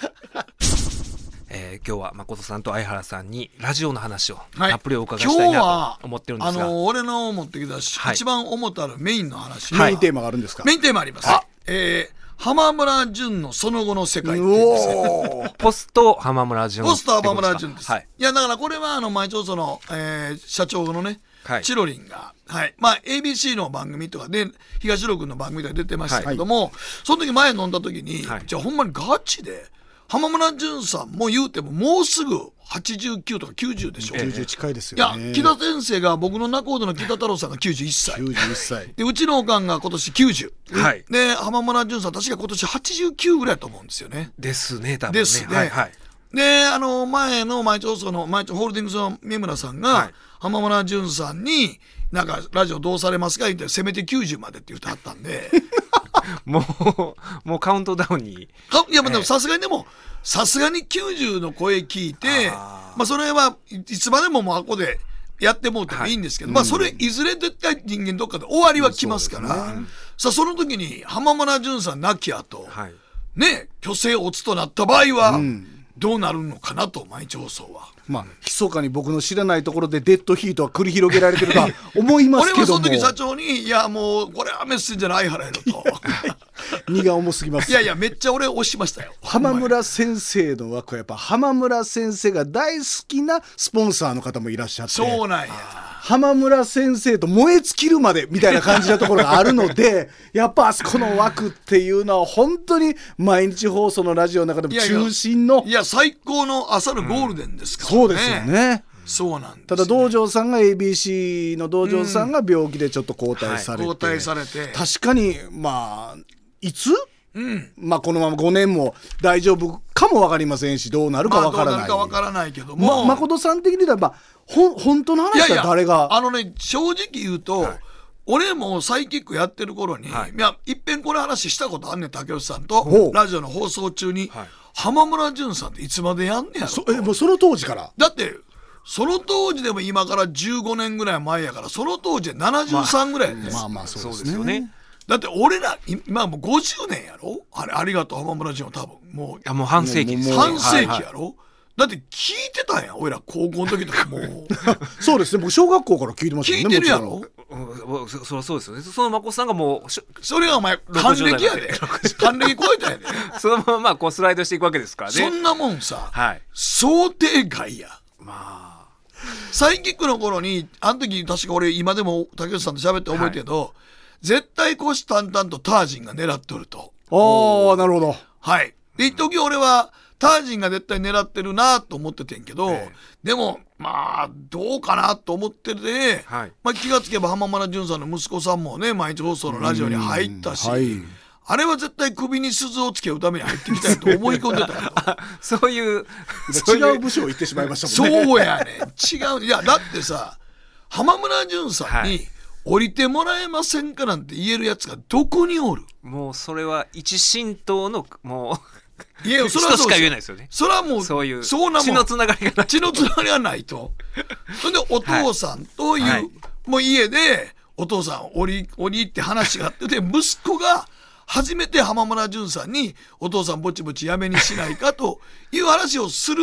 C: えー今日は誠さんと相原さんにラジオの話を
E: はい
C: たっぷりお伺いしたい
E: 今日は
C: なと思ってるんですが、
E: あの俺の持ってきたし、
C: はい
E: 一番重たるメインの話、
D: メインテーマがあるんですか、
E: メインテーマありますえー浜村淳のその後の世界っていうですね
D: おお
C: ポスト浜村淳
E: ポスター浜村淳です。
C: はいい、、
E: や、だからこれは、あの、前調査の、えー社長のね、
C: はい
E: チロリンが、はい。まあ、ABC の番組とかで、東野君の番組とか出てましたけども、その時前飲んだ時に、
C: はい
E: じゃあほんまにガチで、浜村淳さんも言うても、もうすぐ89とか90でしょ。
D: 90近いです
E: いや
D: よね、
E: 木田先生が、僕の仲人の木田太郎さんが91歳。
D: 91歳
E: で、うちのおかんが今年90。
C: はい
E: で、浜村淳さん、確か今年89ぐらいだと思うんですよね。
C: ですね多分ね
E: ですね。
C: はいはい
E: で、あの、前の毎日放送の、毎日ホールディングスの三村さんが、
C: はい
E: 浜村淳さんに、なんか、ラジオどうされますか言って、せめて90までって言ってはった んで、
C: もうもうカウントダウンに
E: かいや、まあでもさすがにでも、さすがに90の声聞いて、まあ、それはいいつまでももうあこでやってもうてもいいんですけど、まあ、それ、いずれ絶対人間どっかで終わりは来ますから、さあ、その時に浜村淳さん亡き後、
C: はい
E: ね、虚勢落ちとなった場合は、どうなるのかなと、毎日放送は。
D: まあ密かに僕の知らないところでデッドヒートは繰り広げられてる とは思います
E: 俺
D: け
E: はそ
D: ど
E: の
D: も
E: 時社長に、いや、もう、これはメッセンジャーの相原や ろと。
D: 荷が重すぎま
E: い
D: す
E: やいや、めっちゃ俺押しましたよ。
D: 浜村先生の枠はやっぱ浜村先生が大好きなスポンサーの方もいらっしゃって
E: そうなんや。
D: 浜村先生と燃え尽きるまでみたいな感じなところがあるの でやっぱあそこの枠っていうのは本当に毎日放送のラジオの中でも
E: いやいや
D: 中心の
E: いや、最高の朝のゴールデンですからね。
D: そうですよ。ね。
E: そうなんです。
D: ただ道場さんが ABC の道場さんが病気でちょっと交代されて、
E: 交代されて。
D: 確かにまあいつまあ、このまま5年も大丈夫かも分かりませんしどうなるか
E: まあ
D: 分
E: ど
D: か
E: う
D: ら
E: な
D: ない、
E: るかわからないけど
D: ま
E: も、
D: 誠さん的に言えば、まあ、ほん本当の
E: いや
D: 話
E: いや
D: は誰が
E: あのね正直言うと、俺もサイキックやってる頃に、
C: はい
E: い、やいっぺんこの話したことあんねん竹内さん
D: ほ
E: と
D: う
E: ラジオの放送中に、
C: はい
E: 浜村淳さんっていつまでやんねやろ
D: そえもうその当時から
E: だってその当時でも今から15年ぐらい前やからその当時で73ぐらいやで、
D: まあまあ
C: そ
D: そうう
C: で
D: ですす
C: よ
D: よ
C: ね
D: ね
E: だって俺らい今もう50年やろあれありがとう浜村淳は多分も
C: いやもう半世紀ですよね
E: う半世
C: はい
E: 紀
C: は
E: やろ、だって聞いてたんや俺ら高校の時とかもう
D: そうですね僕小学校から聞いてます
E: 聞
D: よね
E: いてるや
D: も
E: ろ
D: ち
C: いうんそそそうですよねその誠さんがもうし
E: それがお前還暦やで還暦超えた やで
C: そのままこうスライドしていくわけですからね
E: そんなもんさ、
C: はい
E: 想定外や。
C: まあ
E: サイキックの頃に、あの時確か俺今でも竹内さんと喋って覚えてるけど、絶対虎視眈々とタージンが狙っておると。
D: ろんああなるほど
E: はい。で、一時俺は、タージンが絶対狙ってるなと思っててんけど、
C: ええ
E: でも、まあ、どうかなと思ってて、
C: はい
E: まあ気がつけば浜村淳さんの息子さんもね、毎日放送のラジオに入ったし、
D: うんはい
E: あれは絶対首に鈴をつけるために入ってきたいと思い込んで たよ。
C: そういうそういう
D: 違う部署行ってしまいましたもんね
E: そうやねん。違う。いや、だってさ、浜村淳さん
C: は
E: に、
C: い
E: 降りてもらえませんかなんて言えるやつがどこにおる
C: もうそれは一神道のも
E: いや
C: う人しか言えないですよね
E: それはもう、
C: そういう
E: そうなもん。
C: 血のつながりがない
E: 血のつながりはないと。それで、お父さんという、
C: はい
E: もう家で、お父さん、おり、おりって話があってて、息子が、初めて浜村淳さんに、お父さんぼちぼちやめにしないかという話をする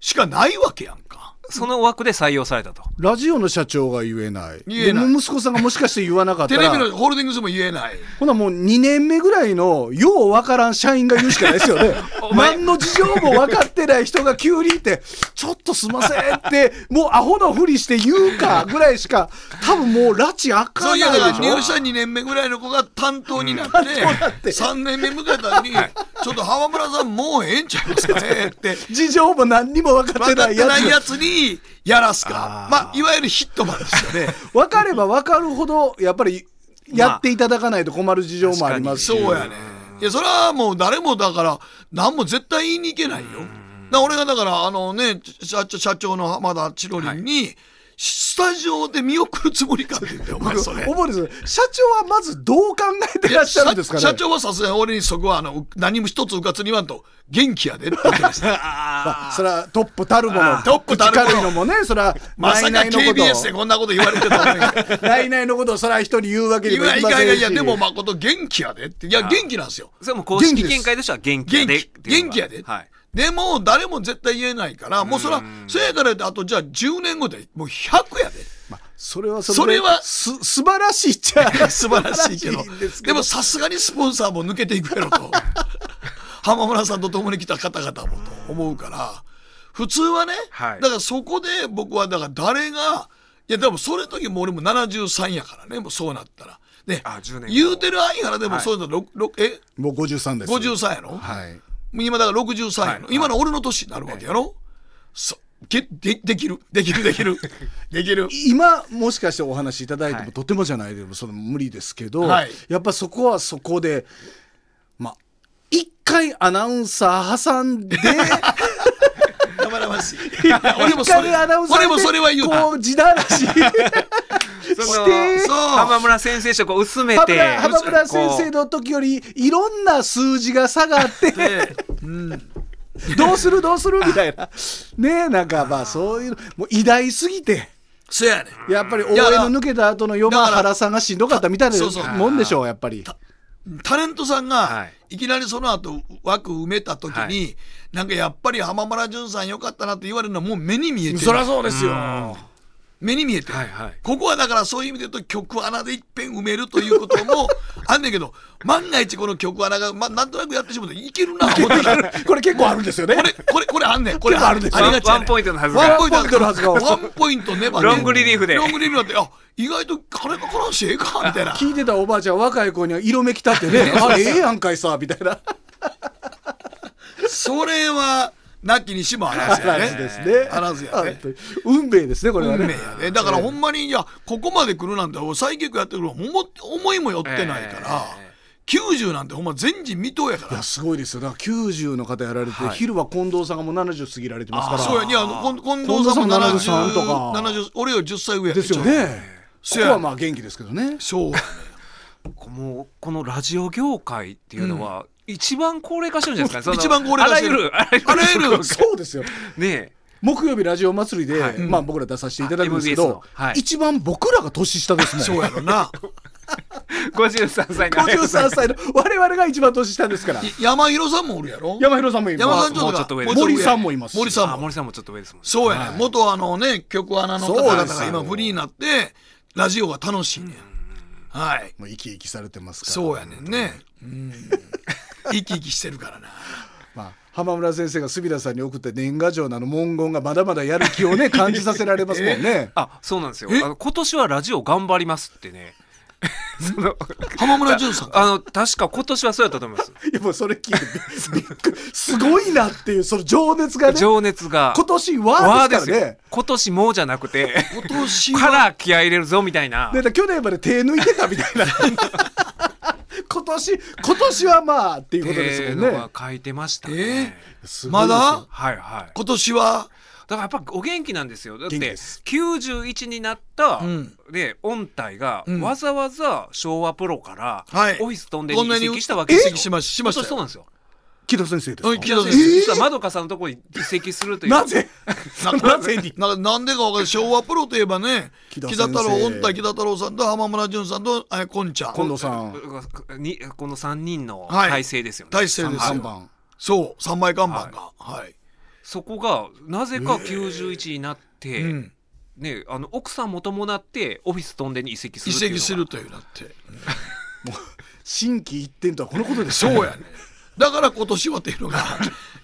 E: しかないわけやんか。
C: その枠で採用されたと
D: ラジオの社長が言えない
E: 言えない
D: でも息子さんがもしかして言わなかった
E: テ
D: ら
E: レビのホールディングスも言えない。
D: ほなもう2年目ぐらいのようわからん社員が言うしかないですよ ね
C: お前
D: 何の事情も分かってない人が急にいて「ちょっとすんません」ってもうアホのふりして言うかぐらいしか多分もう拉致あ
E: そ
D: かな
E: う
D: いいで
E: やだから
D: しょ
E: 入社2年目ぐらいの子が担当になって3年目迎えたのにちょっと浜村さんもうええんちゃいますかねって
D: 事情も何にも分かって
E: 分か
D: な
E: って
D: いや
E: ない
D: つ
E: やつにやらすか
C: あー
E: まあいわゆるヒットマンです よね
D: 分かれば分かるほどやっぱりやっていただかないと困る事情もありますし、
E: そうやねいやそれはもう誰もだから何も絶対言いに行けないよだ俺がだからあのね社社長の浜田千鳥にスタジオで見送るつもりかって 言ってお前それ
D: 覚えてる社長はまずどう考えてらっしゃるんですかね
E: 社社長はさすがに俺にそこはあのう何も一つうかつに言わんと元気やでって言って ました
D: まあそれはトップたるもの
E: トップたるもの
D: 口軽いのもねそれは
E: まさか
D: 内々のこと
E: KBS でこんなこと言われて たのに。
D: 内々のことをそら人に言うわけに
E: い
D: もい
E: やい
D: きま
E: やい
D: せ
E: や
D: ん
E: いや、
D: し
E: でも誠元気やでって。いや、元気なんですよ。
C: それはもう公式見解としては元気や
E: 元
C: で
E: 気
C: っ。ていうの
E: 元
C: が
E: 気やで。
C: はい
E: でも、誰も絶対言えないから、もうそれは、そやからってあとじゃあ10年後で、もう100やで。
D: それは
E: それは
D: す素晴らしいっ ちゃ
E: 素晴らしいけど。
D: ん
E: で
D: です
E: もさすがにスポンサーも抜けていくや ろと。浜村さんと共に来た方々もと思うから、普通はね、
C: はい
E: だからそこで僕は、だから誰が、いやでもそれ時も俺も73やからね、もうそうなったら。ね
C: あ10年後、
E: 言うてるあいからでも
C: はい
E: そういうの、ろくろくえ、
D: もう53です
E: 53やろ、
D: はい
E: もう今だから63やろ、
C: はい
E: 今の俺の年になるわけやろ、そけでできる、できる、できる、できる。
D: 今もしかしてお話しいただいても、
C: はい
D: とてもじゃないでもその無理ですけど、
E: はい
D: やっぱそこはそこでまあ一回アナウンサー挟んで
E: 生々しい。いや 俺も
D: 一
E: それ
D: 回アナウンサーで
E: 俺もそれは言うた
D: こ。う地だ らし
C: そ
D: して
E: そう
C: の浜村先生色を薄め
D: 浜
C: て
D: 村浜村先生
C: こ
D: の時よりいろんな数字が下が って
E: で
D: どうするどうするみたいな。ねえ、なんかまあそういうの、もう偉大すぎて、
E: そやねん
D: やっぱり応
E: いや
D: 援の抜けた後の4
E: だ
D: 番
E: から
D: 原さんがしんどかったみたいな
E: そうそう
D: もんでしょう、やっぱり。
E: タレントさん
C: は
E: が
C: い
E: いきなりその後枠埋めた時に、
C: はい
E: なんかやっぱり浜村淳さんよかったなって言われるのはもう目に見えてる
D: ゃそうですよ。
E: 目に見えてる、
C: はいはい
E: ここはだからそういう意味で言うと曲穴でいっぺん埋めるということもあんねんけど万が一この曲穴が、まあ、なんとなくやってしまうといけるな思ったら
D: これ結構あるんですよね
E: こ。れこれこれあんねんこれ
D: 結構あるんです
C: う
D: よ
E: りがちや
C: ワ
E: ね
C: ン
E: ん
C: ポイントのはず
E: ワン
C: が
E: ポイン
D: ワ
E: ト
D: ンポイントのはずが
E: ワンポイントねばね
C: ロングリリーフで
E: ロングリリーフだってあ意外と金かからんしええかみたいな
D: 聞いてたおばあちゃん、若い子には色めきたってね、あ、ええやんかいさ、みたいな
E: それはなきにしもあらずやね
D: 話ですね。
E: あらずやね
D: 本当に運命ですね、これは
E: 運命
D: ね。
E: やねだからほんまにいやここまで来るなんて俺サイキックやってくるのも思って思いもよってないから、 90なんてほんま前人未到やか
D: い
E: ら
D: やすごいですよだから90の方やられて、
C: はい
D: 昼は近藤さんがもう70過ぎられてますから
E: そうやにあの近近藤さんも
D: 近藤さんも73とか
E: 70俺より10歳上や
D: ですよねこ
E: そう
D: こ
E: や
D: はまあ元気ですけどね
E: そう
C: もうこのラジオ業界っていうのは、一番高齢化してるんじゃないですか、その
E: 一番高齢化してる
C: あらゆる
E: あらゆ る
D: そうですよ
C: ねえ
D: 木曜日ラジオ祭りで、
C: はい
D: まあ、僕ら出させていただくんですけ
C: あ MBS の
D: ど、
C: はい
D: 一番僕らが年下ですもん
E: そうやろな
C: 53歳の
D: 53歳の我々が一番年下ですから
E: い山広さんもおるやろ
D: 山広さんもいま
E: 山さ
D: す
E: んちょっと
C: もうちょっと上
E: が
C: です
E: もうちょっと上
D: 森さんもいますし
E: 森さん
C: あ
E: も
C: 森さんもちょっと上ですもんね
E: そうやね元あのね曲穴の方々
D: そう
E: が
D: です
E: 今
D: よ
E: フリーになってラジオが楽しいねんはい
D: もう生き生きされてますから
E: そうやねんねうん生き生きしてるからな
D: まあ、浜村先生が隅田さんに送った年賀状のあの文言がまだまだやる気をね感じさせられますも んね
C: あそうなんですよ
E: え
C: あの今年はラジオ頑張りますってねその
E: 浜村淳さ ん
C: あの確か今年はそうやったと思います
D: いやもうそれ聞いてびびっくりすごいなっていうその情熱がね
C: 情熱が
D: 今年はですから
C: わ
D: ね
C: 今年もうじゃなくて
E: 今年
C: か
E: は
C: ら気合い入れるぞみたいな
D: で去年まで手抜いてたみたいな今年今年はまあっていうことですもん
C: っていうの
D: ね
C: が書いてましたね、
E: え
D: すごい
E: ま
D: ですよ
E: だ
C: はいはい
E: 今年は
C: だからやっぱお元気なんですよだって
D: 元気です
C: 91になった、
E: ん
C: で音体が
E: ん
C: わざわざ昭和プロから
E: はい
C: オフィス飛んで
E: こんなに
C: 移籍したわけですよ
E: 移籍しまししましたよ
C: そうなんですよ
D: 木戸先生ですか
E: はい木戸先生
C: 実はまどかさんのところに移籍するという
D: なぜ
E: な
D: なぜに
E: ななんでかわかる昭和プロといえばね
D: 木田
E: 木田
D: 先生
E: 太郎御田木田太郎さんと浜村淳さんとえこんちゃん
D: 近藤さん
C: にこの3人の
E: はい
C: 体制ですよね、
E: 大勢です
D: 3
E: よ
D: 番
E: そう三枚看板がはい、
C: そこがなぜか91になって、
E: うん、
C: ね、あの奥さんも伴ってオフィス飛んでに移籍する
E: 移
C: っていうのが
E: 籍するというなって
D: 心機一転とはこのことです
E: そ
D: ね
E: うやねだから今年はっていうの が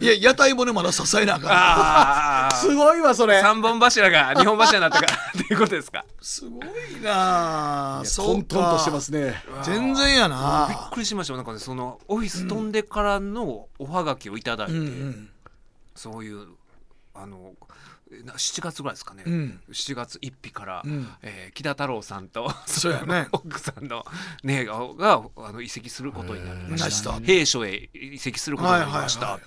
E: いや屋台もねまだ支えなあかん
C: あ
D: すごいわそれ
C: あ三本柱が日本柱になったから っていうことですか
E: すごいなあ
D: ト
E: そう
D: ン
E: か
D: トンとしてますね
E: 全然や
C: びっ
E: な
C: くりしましたなんかねそのオフィス飛んでからのおはがきをいただいて、
E: うんうん
C: そういうあのえな7月ぐらいですかね、
E: うん
C: 7月1日から、
E: うん
C: えー木田太郎さんと
E: そうやね
C: 奥さんの、ね、ががあの移籍することになりま
E: な
C: し
E: したた
C: 兵所へ移籍することになりました、
E: はいはい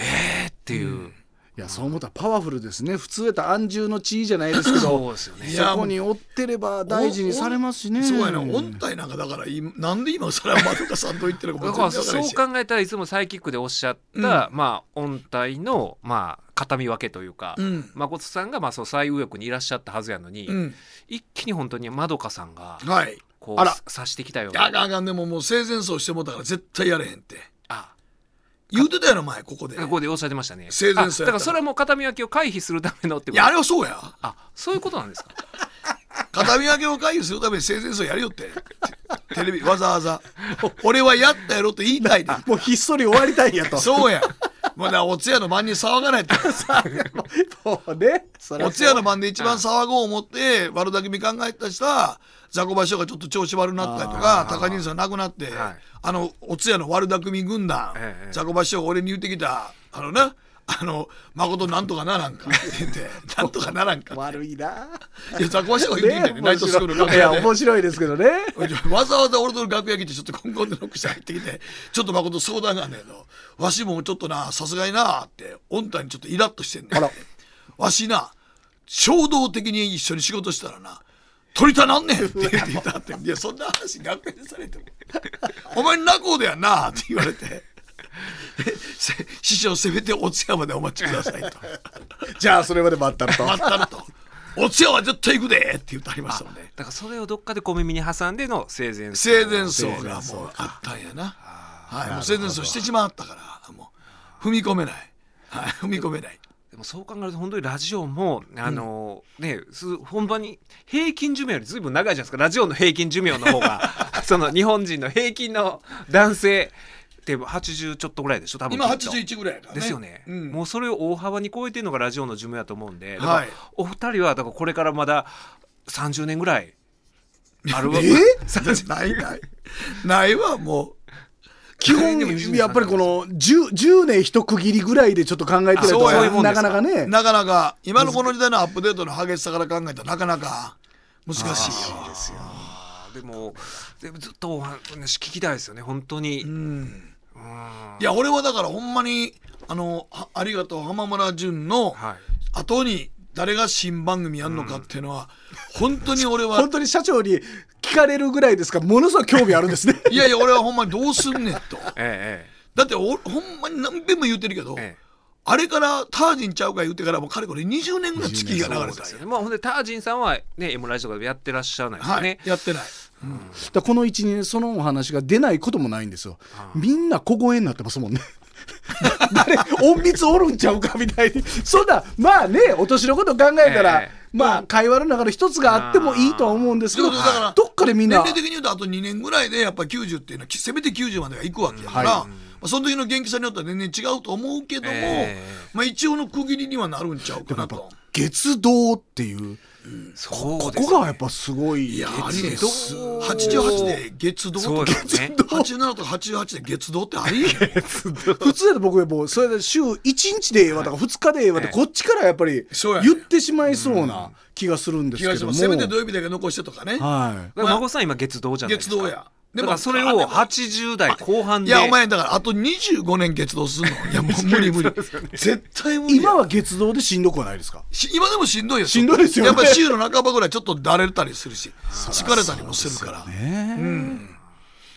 C: えーっていう、
D: いやそう思ったらパワフルですね普通やったら安住の地位じゃないですけど
C: そうですよね
E: いや
D: そこに追ってれば大事にされますしね
E: そう やね音体なんかだから今なんで今更まどかさんと言ってるか
C: だ
E: も
C: から
E: 全然わか
C: そ
E: ら
C: うん
E: し
C: 考えたらいつもサイキックでおっしゃった、まあ音体のまあ形見分けというか、
E: うん
C: 誠さんがまあそう最右翼にいらっしゃったはずやのに、
E: うん
C: 一気に本当にまどかさんが
E: はい
C: こ
D: あら
C: うさしてきたよう
E: あ
C: な
E: かんあかんでももう生前葬してもうたから絶対やれへんって
C: あ
E: 言うてたやろ前ここで
C: ここでおっしゃってましたね
E: 生前葬やった
C: あだからそれはもう形見分けを回避するためのってこ
E: い
C: と
E: やあれはそうや
C: あそういうことなん ですか
E: 片見分けを回避するために生前葬やるよってテレビわざわざ俺はやったやろって言いたいで
D: もうひっそり終わりたいんやと
E: そうやまだお通夜の晩に騒がないって
D: もうねそりゃ
E: お通夜の晩で一番騒ごう思って悪だけ見考えたした雑魚場所がちょっと調子悪なったりとか高人さん亡くなって、
C: はい
E: あのお通夜の悪だくみ軍団、
C: ええええ
E: 雑魚場所が俺に言ってきたあのなあの誠なんとかならんかって言 ってなんとかならんか
D: 悪いな、
E: いや雑魚場所が言って
D: ね
E: きたよ、ねナ
D: 面
E: イトスクールの
D: 白いい
E: 楽
D: や
E: 屋で。
D: 面白いですけどね
E: わざわざ俺の楽屋来てちょっとコンコンでノックして入ってきてちょっと誠相談があんねんけどわしもちょっとなさすがになって御体にちょっとイラッとしてんねん
D: あら
E: わしな衝動的に一緒に仕事したらな取りたなんねんって言ってたっていやそんな話楽屋でされても お前泣こうだよなって言われて せ師匠せめてお通夜までお待ちくださいと
D: じゃあそれまで待ったらと
E: 待ったるとお通夜は絶対行くでって言ってありましたもんね
C: だからそれをどっかで小耳に挟んでの生前葬
E: 生前葬がもうあったんやな。はい、もう生前葬してしまったから、もう踏み込めない。はい、踏み込めない。
C: でもそう考えると本当にラジオもあの、ねす本場に平均寿命よりずいぶん長いじゃないですかラジオの平均寿命の方 がその日本人の平均の男性って80ちょっとぐらいでしょ多分
E: 今
C: きっと
E: 81ぐらいやからね。
C: ですよね、
E: うん
C: もうそれを大幅に超えてるのがラジオの寿命だと思うんで、だから
E: はい
C: お二人はだからこれからまだ30年ぐらいあるわ
E: えないない。 ないわ、も
D: 基本やっぱりこの 10, 10年一区切りぐらいでちょっと考えてると
E: あそういう
C: もんで
D: な
C: すか
D: かなか
E: う。
D: ね
E: なかなか、今のこの時代のアップデートの激しさから考えたらなかなか難しいよ。
C: でもでもずっとお話聞きたいですよね本当に、
E: うんいや俺はだからほんまにあのはありがとう浜村淳の
C: はい
E: 後に誰が新番組やんのかっていうのは、本当に俺は
D: 本当に社長に聞かれるぐらいですからものすごい興味あるん ですね
E: いやいや俺はほんまにどうすんねんと
C: え
E: だっておほんまに何遍も言うてるけど、
C: えええ
E: あれからタージンちゃうか言うてからもうかれこれ20年ぐらい月日が流れ
C: そう
E: た
C: で
E: ん
C: す
E: よ
C: よねまあほんでタージンさんはね M ラジとかでやってらっしゃらないですよ
E: はい
C: ね、
E: やってない
D: だからこの12年そのお話が出ないこともないんですよみんな小声になってますもんね 誰隠密おるんちゃうかみたいにそんなまあねお年のこと考えたら、
C: ええ
D: まあ会話の中の一つがあってもいいとは思うんですけど
E: そうそうだから
D: どっかでみん
E: 年
D: な
E: 齢的に言うとあと2年ぐらいでやっぱ90っていうのはきせめて90までは行くわけやから、
D: は
E: まあ、その時の元気さによっては全然違うと思うけども、
C: ええ
E: まあ、一応の区切りにはなるんちゃうかな
D: やっぱ
E: と。
D: 月堂っていう
C: そう
D: こ
C: ですね
D: こがやっぱすごい
E: いやありえん
D: 堂
E: す88で月堂
C: そう
E: と
C: で
E: か
C: すね
E: 87とか88で月堂ってありえん
D: 普通だと僕もうそれで週1日でええわとか2日でええわって
C: ええ
D: こっちからやっぱり
E: そうやね
D: 言ってしまいそうな気がするんです
E: 気
D: け
E: が
D: ど
E: し
D: も
E: ますせめて土曜日だけ残してとかね
D: はい
C: だから孫さん今月堂じゃないです
E: 月
C: か
E: 堂や
C: だからそれを80代後半
E: い
C: で
E: やお前だからあと25年月堂すんのいや もう無理無理絶対無理や
D: 今は月堂でしんどくはないですか
E: し今でもしんどいよ
D: しんどいですよね
E: やっぱり週の半ばぐらいちょっとだれたりするし疲れたりもするから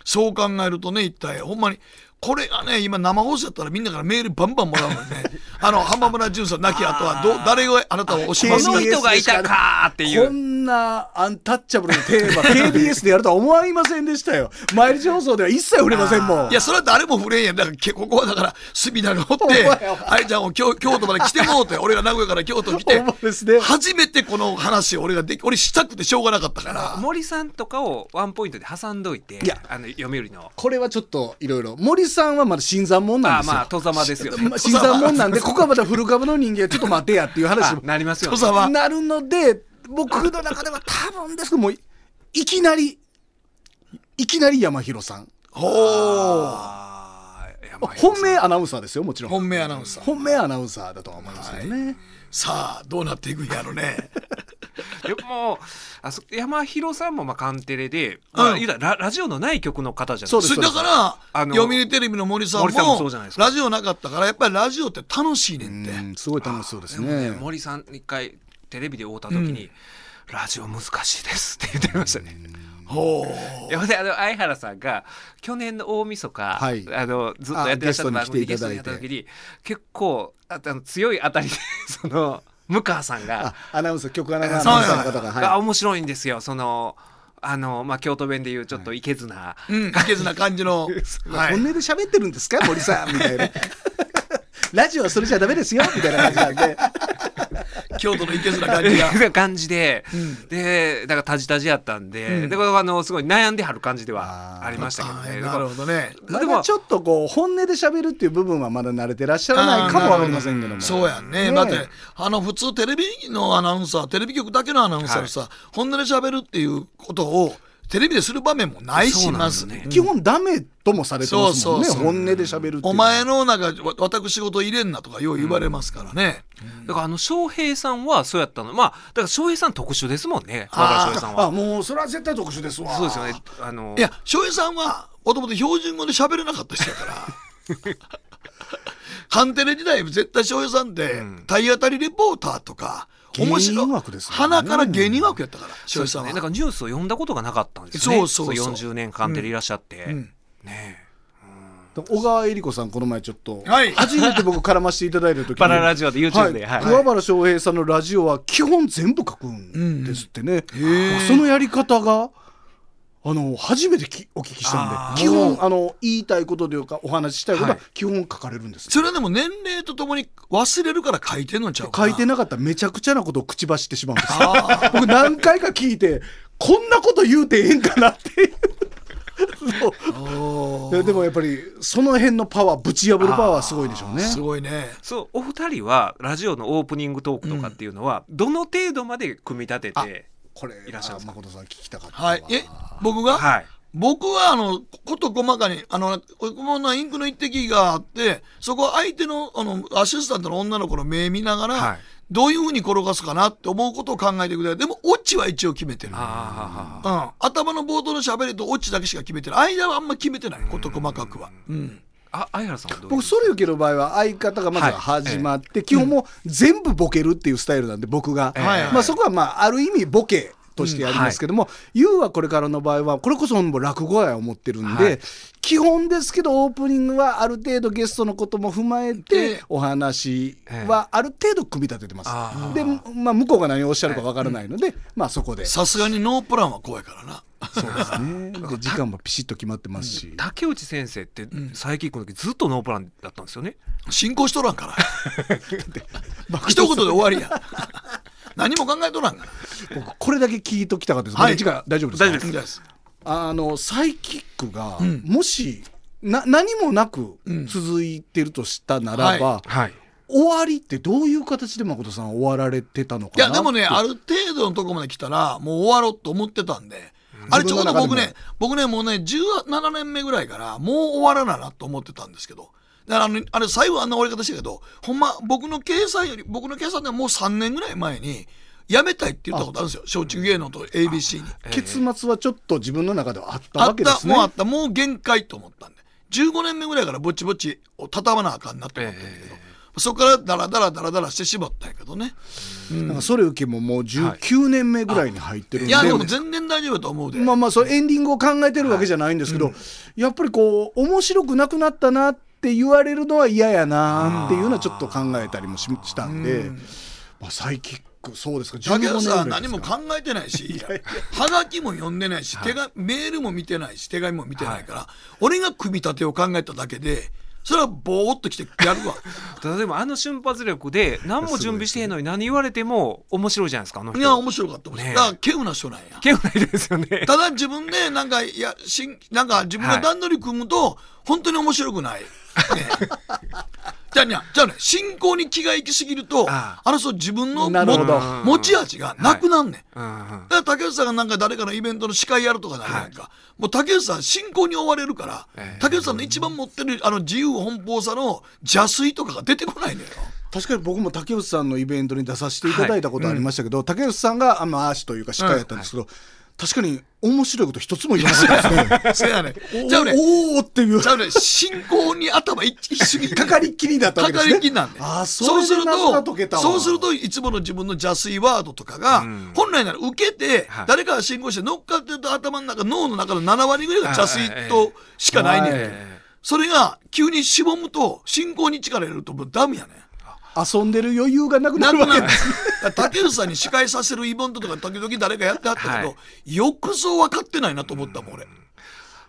E: そう考えるとね一体ほんまにこれがね今生放送やったらみんなからメールバンバンもらうも んねあの浜村淳さん亡き後はど誰があなたを押し
C: こ
E: ますか
C: の人がいたかーってい
D: こ
C: うん
D: なアンタッチャブルのテーマ KBS でやるとは思いませんでしたよ毎日放送では一切触れませんもん
E: いや、それは誰も触れんやん。だから、けここはだから、隅田がおって
D: 前お前、
E: あいちゃんを京京都まで来てもうて、俺が名古屋から京都来て
D: ほんまですね、
E: 初めてこの話を俺ができ、俺したくてしょうがなかったから。
C: 森さんとかをワンポイントで挟んどいて
D: いや
C: あの読売の
D: これはちょっといろいろ森さんはまだ新参者なん
C: あ
D: ですよ
C: まあ戸ざまですよね
D: まあ新参者なんでここはまた古株の人間ちょっと待てやっていう話
C: あ
D: も
C: なりますよ
E: 戸
C: ね
E: 沢は
D: なるので僕の中では多分ですけどもういいきなりいきなり山広さん
E: ほう。
C: あーいやまあ
D: 本命アナウンサーですよもちろん
E: 本命アナウンサー。
D: 本命アナウンサーだとは思いますよね、
E: さあ、どうなっていくんやろね。
C: でもあそ山広さんもまあカンテレで、まあ
E: うん
C: 言うたらララジオのない曲の方じゃない
D: そう
C: で
D: です
E: それだか
C: あ
E: ら、
C: の
E: 読売テレビの森さん
C: 森さんもそう
E: も
C: じゃないです、か
E: ラジオなかったから、やっぱりラジオって楽しいねんって。
D: うんすごい楽しそうです
C: かでもね
D: ね
C: 森さん一回テレビで会うた時に、ラジオ難しいです」って言ってましたね。
E: ほ
C: いやほんであの相原さんが去年の大晦日、
D: はい
C: あのずっとやってらっしゃった番組でゲ
D: ゲ
C: ス
D: ス
C: ト
D: ト
C: に
D: に
C: やって
D: 来いた
C: た
D: だいて
C: 時に結構ああの強い当たりで その向川さん
D: あ
C: が
D: アナウンサー局アナウンサーの方
C: 「
D: が
C: あ
D: は
C: 面白いんですよ」そのあの、まあ、京都弁でいうちょっといけずな、
E: う。うん、いけずな感 じの。
D: い、
E: はい
D: 本音で喋ってるんですか森さんみたいなラジオはそれじゃダメですよみたいな感じなんで
E: 京都のいけずな感じ が。
C: 感じで、でだからタジタジやったんで、
E: うん
C: でこれはあのすごい悩んではる感じではありましたけど
E: あ
C: ね。
E: ー
C: だ
E: な
C: か
E: る
C: ら
E: ほどね。
D: ま
C: でも
D: だちょっとこう本音で喋るっていう部分はまだ慣れてらっしゃらないかもわかりませんけども
E: そうやん
D: ねえ
E: ねだってあの普通テレビのアナウンサーテレビ局だけのアナウンサーでさ、本音で喋るっていうことをテレビでする場面もない
C: そ
E: し
C: うなん
E: ま
C: です
E: ず
C: ね
E: ね
D: 基本ダメともされてますもんね、
E: そうそうそう
D: 本音で喋るっていう
E: お前のなんかわ私事入れんなとかよう言われますからね、
C: だからあの翔平さんはそうやったのまあだから翔平さん特殊ですもんね若
E: あー
C: い翔平さん
D: あ
C: は。
D: もうそれは絶対特殊ですわ
C: そうですよねあの
E: いや翔平さんはもともと標準語で喋れなかった人やからカンテレ時代絶対翔平さんって体当たりレポーターとか
D: 芸人
E: 面白い
D: 枠ですもんね
E: 鼻から芸人枠やったから
C: そ
E: 翔
C: うですよ
E: 平さん
C: ね
E: は
C: だからニュースを読んだことがなかったんですよね
E: そうそうそう
C: 40年間テレビいらっしゃって、
E: うん
C: ねえ
D: 小川恵理子さんこの前ちょっと、
E: はい
D: 初めて僕絡ませていただいた時に
C: バララジオで YouTube で
D: は
C: は
D: い
C: い
D: 桑原翔平さんのラジオは基本全部書くんですってね、
E: へえ
D: そのやり方があの初めてきお聞きしたんで基本あの言いたいことというかお話ししたいことは基本書かれるんです、
E: それはでも年齢とともに忘れるから書いてんのちゃうか
D: 書
E: ない
D: てなかったらめちゃくちゃなことを口走ってしまうんですよ
E: あー
D: 僕何回か聞いてこんなこと言うてええんかなっていう
E: お
D: そうでもやっぱりその辺のパワーぶち破るパワーはすごいでしょうね
E: ーすごいね。
C: そうお二人はラジオのオープニングトークとかっていうのは、どの程度まで組み立てて
D: これ
C: いらっしゃいますか
D: 誠さん聞きたかったわ
E: はい。え、僕が、
C: はい
E: 僕は、あの、こと細かに、あの、こんなインクの一滴があって、そこは相手の、あの、アシスタントの女の子の目見ながら、
C: はい
E: どういうふうに転がすかなって思うことを考えてください。でも、オチは一応決めてる。
C: ああ
E: うん、頭の冒頭の喋りとオチだけしか決めてない間はあんま決めてない事細かくは、うん、
C: あ相原さんはどういう
D: 僕ソリュケの場合は相方がまずは始まって、基本もう全部ボケるっていうスタイルなんで僕が、
C: ええ
D: まあ、そこはまあある意味ボケとしてやりますけども YOU、はこれからの場合はこれこそもう落語や思ってるんで、
C: はい
D: 基本ですけどオープニングはある程度ゲストのことも踏まえ
E: ええ
D: てお話はある程度組み立ててます、
C: ああ
D: で、まあ、向こうが何をおっしゃるかわからないので、まあそこで
E: さすがにノープランは怖いからな
D: そうですねで時間もピシッと決まってますし。
C: 竹内先生って最近この時ずっとノープランだったんですよね、
E: 進行しとらんから 一言で終わりや何も考えとらんから
D: 僕これだけ聞いときたかったです。
E: は
D: こ
E: い
D: れ時間大丈夫ですか
C: 大丈夫です
E: いいです
D: あのサイキックが、もしな何もなく続いてるとしたならば、
C: はい
D: 終わりってどういう形で誠さんは終わられてたのか
E: い
D: な
E: やでもねあ
D: る
E: る程度のとこまで来たらもう終わろうと思ってたんで、あれちょうど僕ね僕ねもうね17年目ぐらいからもう終わらななと思ってたんですけどだからあのあれ最後あんな終わり方したけどほんま僕の計算より僕の計算ではもう3年ぐらい前に辞めたいって言ったことあるんですよ松竹芸能と ABC に。
D: 結末はちょっと自分の中ではあった
E: あ
D: わ
E: っ
D: けで
E: た
D: すね。
E: もうあったもう限界と思ったんで15年目ぐらいからぼちぼちを畳まなあかんなと思ったんだけど、そこからダラダラダラダラしてしまったんやけどね。
D: なんかそれ受けももう19年目ぐらいに入ってるん
E: い
D: で、
E: やでも全然大丈夫だと思うで。
D: まあまあそれエンディングを考えてるわけじゃないんですけど、やっぱりこう面白くなくなったなって言われるのは嫌やなっていうのはちょっと考えたりもししたんで、まあ、サイキックそうですか15
E: 竹
D: 年
E: 内
D: ぐ
E: さ
D: らい
E: ん
D: で
E: 何
D: す
E: も
D: か
E: 考えてないし、はがきも読んでないし、手がメールも見てないし、手紙も見てないから、俺が組み立てを考えただけで、それはぼーっと来てや るわ。
C: 例えばあの瞬発力で何も準備してへんのに何言われても面白いじゃないですかあの人
E: いや、面白かったもん。だ
C: ねえ
E: から、稀有な人なんや。
C: けないですよね
E: ただ自分で、なんか、いや、しん、なんか自分が段取り組むと、本当に面白くない。ねえじゃあね、じゃあね、進行に気が行きすぎると、
C: あ
E: あの人自分のも
D: なるほど
E: 持ち味がなくなんねん。
C: うんうん
E: だから竹内さんがなんか誰かのイベントの司会やるとかなるやんか、もう竹内さん進行に追われるから、
C: ええ
E: 竹内さんの一番持ってるあの自由奔放さの邪推とかが出てこないのよ
D: 確かに僕も竹内さんのイベントに出させていただいたことありましたけど、竹内さんがあまあアーシというか司会やったんですけど、確かに面白いこと一つも言わなかったですね。
E: そやねん じゃあね
D: おおーっていう
E: じゃあね進行に頭いきすぎ
D: かかりっきりだったわ
E: か
D: けです
E: か
D: ね。
E: りきなんで
D: ああそうすると
E: そうするといつもの自分の邪推ワードとかが、
C: ん
E: 本来なら受けて、
C: はい
E: 誰かが進行して乗っかってると頭の中脳の中の7割ぐらいが邪推としかないねんて、
D: はい
E: それが急にしぼむと進行に力入れるともうダメやねん
D: 遊んでる余裕がなくな
E: な
D: るわ
E: くな
D: けで
E: るん
D: す
E: ですだから竹内さんに司会させるイベントとか時々誰かやってはったけど、
C: は
E: よくぞ分かってないなと思ったもん俺、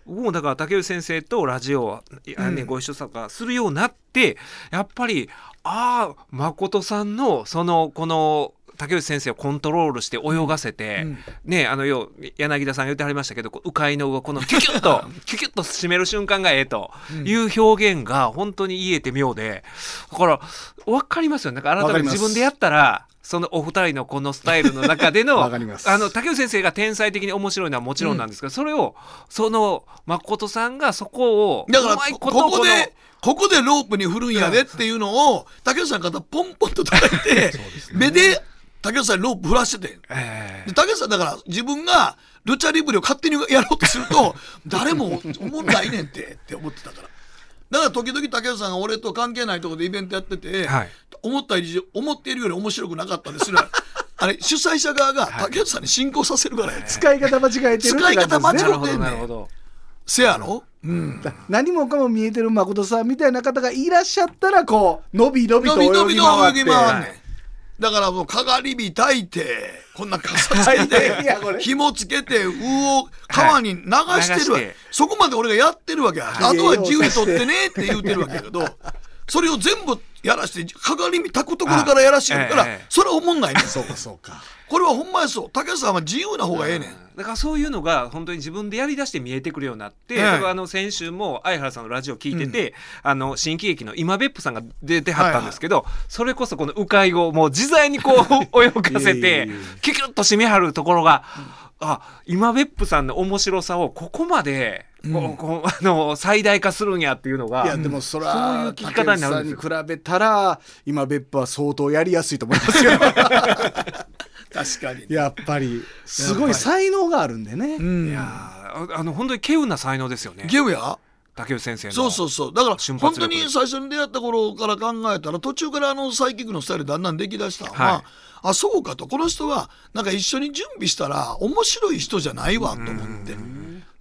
C: 僕もだから竹内先生とラジオ、いやねご一緒とかするようになってやっぱりああ誠さんのそのこの竹内先生をコントロールして泳がせて、ねあのよう柳田さんが言ってはりましたけどこう鵜飼のこのキュキュッ とキュキュッと締める瞬間がええという表現が本当に言えて妙でだから分かりますよねなんか
D: わか
C: 改
D: り
C: め
D: ま
C: て
D: す
C: 自分でやったらそのお二人のこのスタイルの中での
D: わかります
C: あの竹内先生が天才的に面白いのはもちろんなんですけど、それをその誠さんがそこを
E: だから
C: うまい
E: こ
C: こ
E: ことこでここでロープに振るんやでっていうのを竹内さんの方ポンポンと叩いて、目で竹内さんにロープ振らしててん
C: このえ
E: で竹内さんだから自分がルチャリブレを勝手にやろうとすると誰も思んないねんてって思ってたから。だから時々竹内さんが俺と関係ないところでイベントやってて、
C: はい
E: 思ったより思っているより面白くなかったですよあれ主催者側が竹内さんに進行させるからやね、
D: 使い方間違えてるって
E: 使い方間
D: 感
E: 違
D: じ
E: え
D: です
E: て
D: ね
E: る
C: なるほどなるほど
E: せやろ、うん、
D: 何もかも見えてる誠さんみたいな方がいらっしゃったらこうのびのびと
E: 伸
D: 泳
E: び伸び
D: ぎ
E: と
D: 回っ
E: 泳
D: て
E: ぎ回ん
C: は
E: ねん。だからもう、かがり火炊いて、こんな傘つけ
D: いやいやこ
E: て、
D: れ
E: 紐つけて、魚を川に流してるわ
C: 流し
E: け
C: て。
E: そこまで俺がやってるわけや。あとは自由に取ってねって言うてるわけやけど、それを全部やらして、かがり火炊くところからやらして
C: あ
E: るか
C: ええ
E: ら
C: ええ、
E: それは思んないねん。
D: そうかそうか
E: これはほんまやそう。竹内さんは自由な方がええねん。
C: だからそういうのが本当に自分でやりだして見えてくるようになって、
E: はい
C: 僕はあの先週も相原さんのラジオ聞いてて、あの新喜劇の今別府さんが出てはったんですけど、それこそこの鵜飼をもう自在にこう泳がせ
D: いや
C: て
D: いやいや
C: キュキュッと締めはるところが、あ今別府さんの面白さをここまでこうこうあの最大化するんやっていうの
D: いや
C: が
D: でも
C: そ
D: そ
C: ういう
D: ら
C: 聞き方になるんで
D: 竹
C: す
D: 内さんに比べたら今別府は相当やりやすいと思いますよ
E: 確かに。
D: やっぱりすごい才能があるんでね、
E: うん。
C: ああの本当に稀有な才能ですよね
E: ゲームや
C: 竹内先生の
E: そうそうそう。だから、
C: 瞬
E: 本
C: 発
E: 当
C: 力で
E: に最初に出会った頃から考えたら、途中からあのサイキックのスタイルだんだんできだしたのは、
C: はい
E: あ、そうかと。この人は、なんか一緒に準備したら、面白い人じゃないわ、と思って。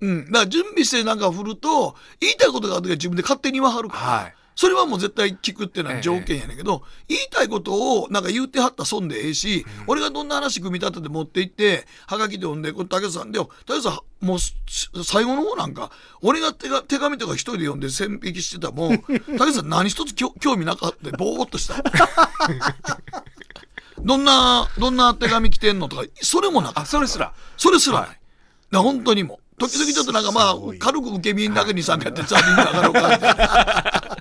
E: うん。だから準備してなんか振ると、言いたいことがある時は自分で勝手に言わはるから。
C: はい
E: それはもう絶対聞くっていうのは条件やねんけど、言いたいことをなんか言ってはったら損でええし、俺がどんな話組み立てて持って行って、はがきで読んで、これ竹内さんで、竹内さん、もうす最後の方なんか、俺が手が手紙とか一人で読んで線引きしてたもん、竹内さん何一つきょ興味なかった、ぼーっとした。 どんな、どんな手紙来てんのとか、それもなかった
C: あそれすら
E: それすらない。な本当にもう。時々ちょっとなんかまあ
D: すごい、
E: 軽く受け身だけに参加やって、ザービン上がろうかって。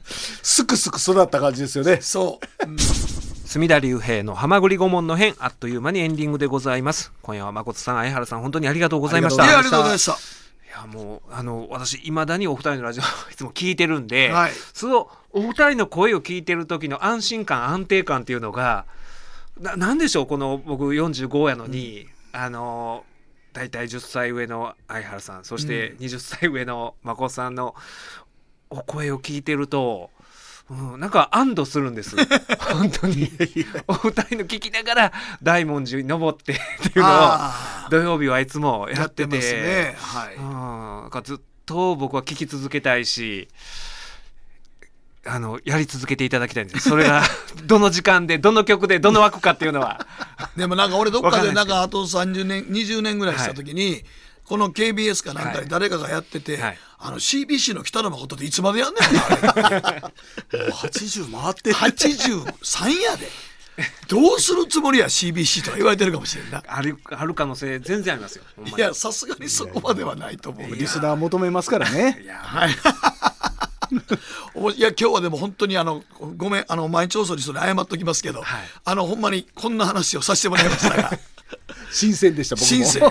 D: すくすく育った感じですよね
E: そう。うん
C: 隅田隆平の「はまぐり顧問の編」あっという間にエンディングでございます今夜は誠さん相原さん本当にありがとうございまし
E: い
C: た
E: や、あ
D: あ
E: り
D: り
E: がと
D: がと
E: うご
D: う
E: ざ
D: ござい
E: いま
D: ま
E: した。
C: いやもうあの私いまだにお二人のラジオ いつも聞いてるんで、
E: はい
C: そのお二人の声を聞いてる時の安心感安定感っていうのがななんでしょうこの僕45やのに、あの大体10歳上の相原さんそして20歳上の真子さんのお声を聞いてると。うん、なんか安堵するんです 本当にお二人の聞きながら大文字に登ってっていうのを
E: あ
C: 土曜日はいつもやってて
E: ますね。はい。
C: うん、なんかずっと僕は聞き続けたいし、あの、やり続けていただきたいんです。それが、どの時間で、どの曲で、どの枠かっていうのは。
E: でもなんか俺どっ
C: わか
E: か
C: んな
E: で
C: いです
E: なん
C: け
E: かあと30年20年ぐらいした時に、この KBS かなんか
C: はい
E: で誰かがやってて、
C: はい
E: あの CBC の北野誠っていつまでやんねんお前あ れ
D: もう80回ってる
E: 83やでどうするつもりや CBC とか言われてるかもしれんな
C: ある、ある可能性、全然ありますよ。ほんまに
E: いやさすがにそこまではないと思う
D: リスナー求めますからね
E: おもいや今日はでも本当にあのごめんあの毎日放送にそれ謝っときますけど、
C: はい
E: あのほんまにこんな話をさせてもらいましたが
D: 新鮮でした僕も
E: 新鮮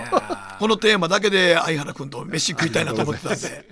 E: このテーマだけで相原君と飯食いたいなと思ってたん で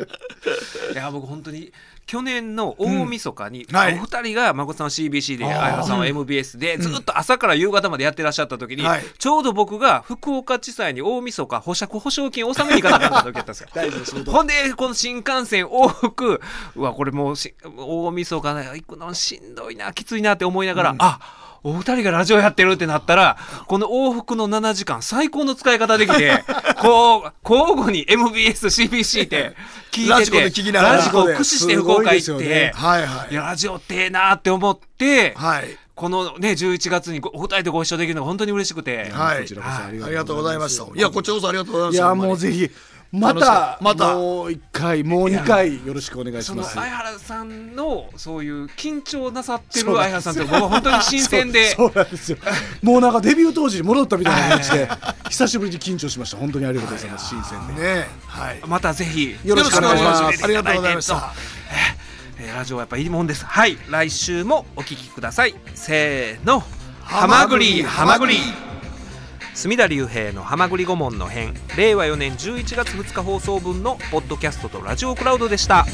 C: いや、僕本当に、去年の大晦日に、
E: うんはい
C: お二人が、まこさんは CBC で、あやはさんは MBS で、ずっと朝から夕方までやってらっしゃった時に、
E: はい
C: ちょうど僕が福岡地裁に大晦日保釈保証金納めに行かなかった時だったんですよ。
D: 大丈夫そう
C: ほんで、この新幹線往復、うわ、これもうし、大晦日な行くのしんどいな、きついなって思いながら、あお二人がラジオやってるってなったら、この往復の7時間、最高の使い方できて、こう、交互に MBS、CBC って聞いてて、
E: ラジコで聞きながら
C: ラジコを駆使して福岡行って、
D: すごいですよね
E: はいはい
C: いや、ラジオってええなって思って、
E: はい
C: このね、11月にごお二人とご一緒できるのが本当に嬉しくて、
E: はい
D: こちらこそあり
E: あ
D: が
E: りがと
D: と
E: う
D: う
E: ご
D: ご
E: ざ
D: ざ
E: い
D: い
E: ま
D: ま
E: し。
D: した
E: いや、こちらこそありがとうございま
D: い
E: す。
D: や
E: ほんまに
D: もうぜひま
E: 楽しか
D: た
E: ったまた
D: もう1回もう2回よろしくお願いし
C: その
D: ます
C: 相原さんのそういう緊張なさってる
D: そう
C: 相
D: な
C: 原
D: ん
C: さんと僕は本当に新鮮で
D: そうそうなんですよもうなんかデビュー当時に戻ったみたいな感じで久しぶりに緊張しました本当にありがとうございます新鮮で
E: ね、はい。よ
C: またぜひ
D: よろしくお願いします
C: よろしくお
E: あり
C: 願
E: がとうございま
C: し
E: したた。
C: えーラジオはやっぱいいもんですはい来週もお聞きくださいせーのはまぐりはまぐり隅田隆平の「はまぐり顧問の編」令和4年11月2日放送分のポッドキャストとラジオクラウドでした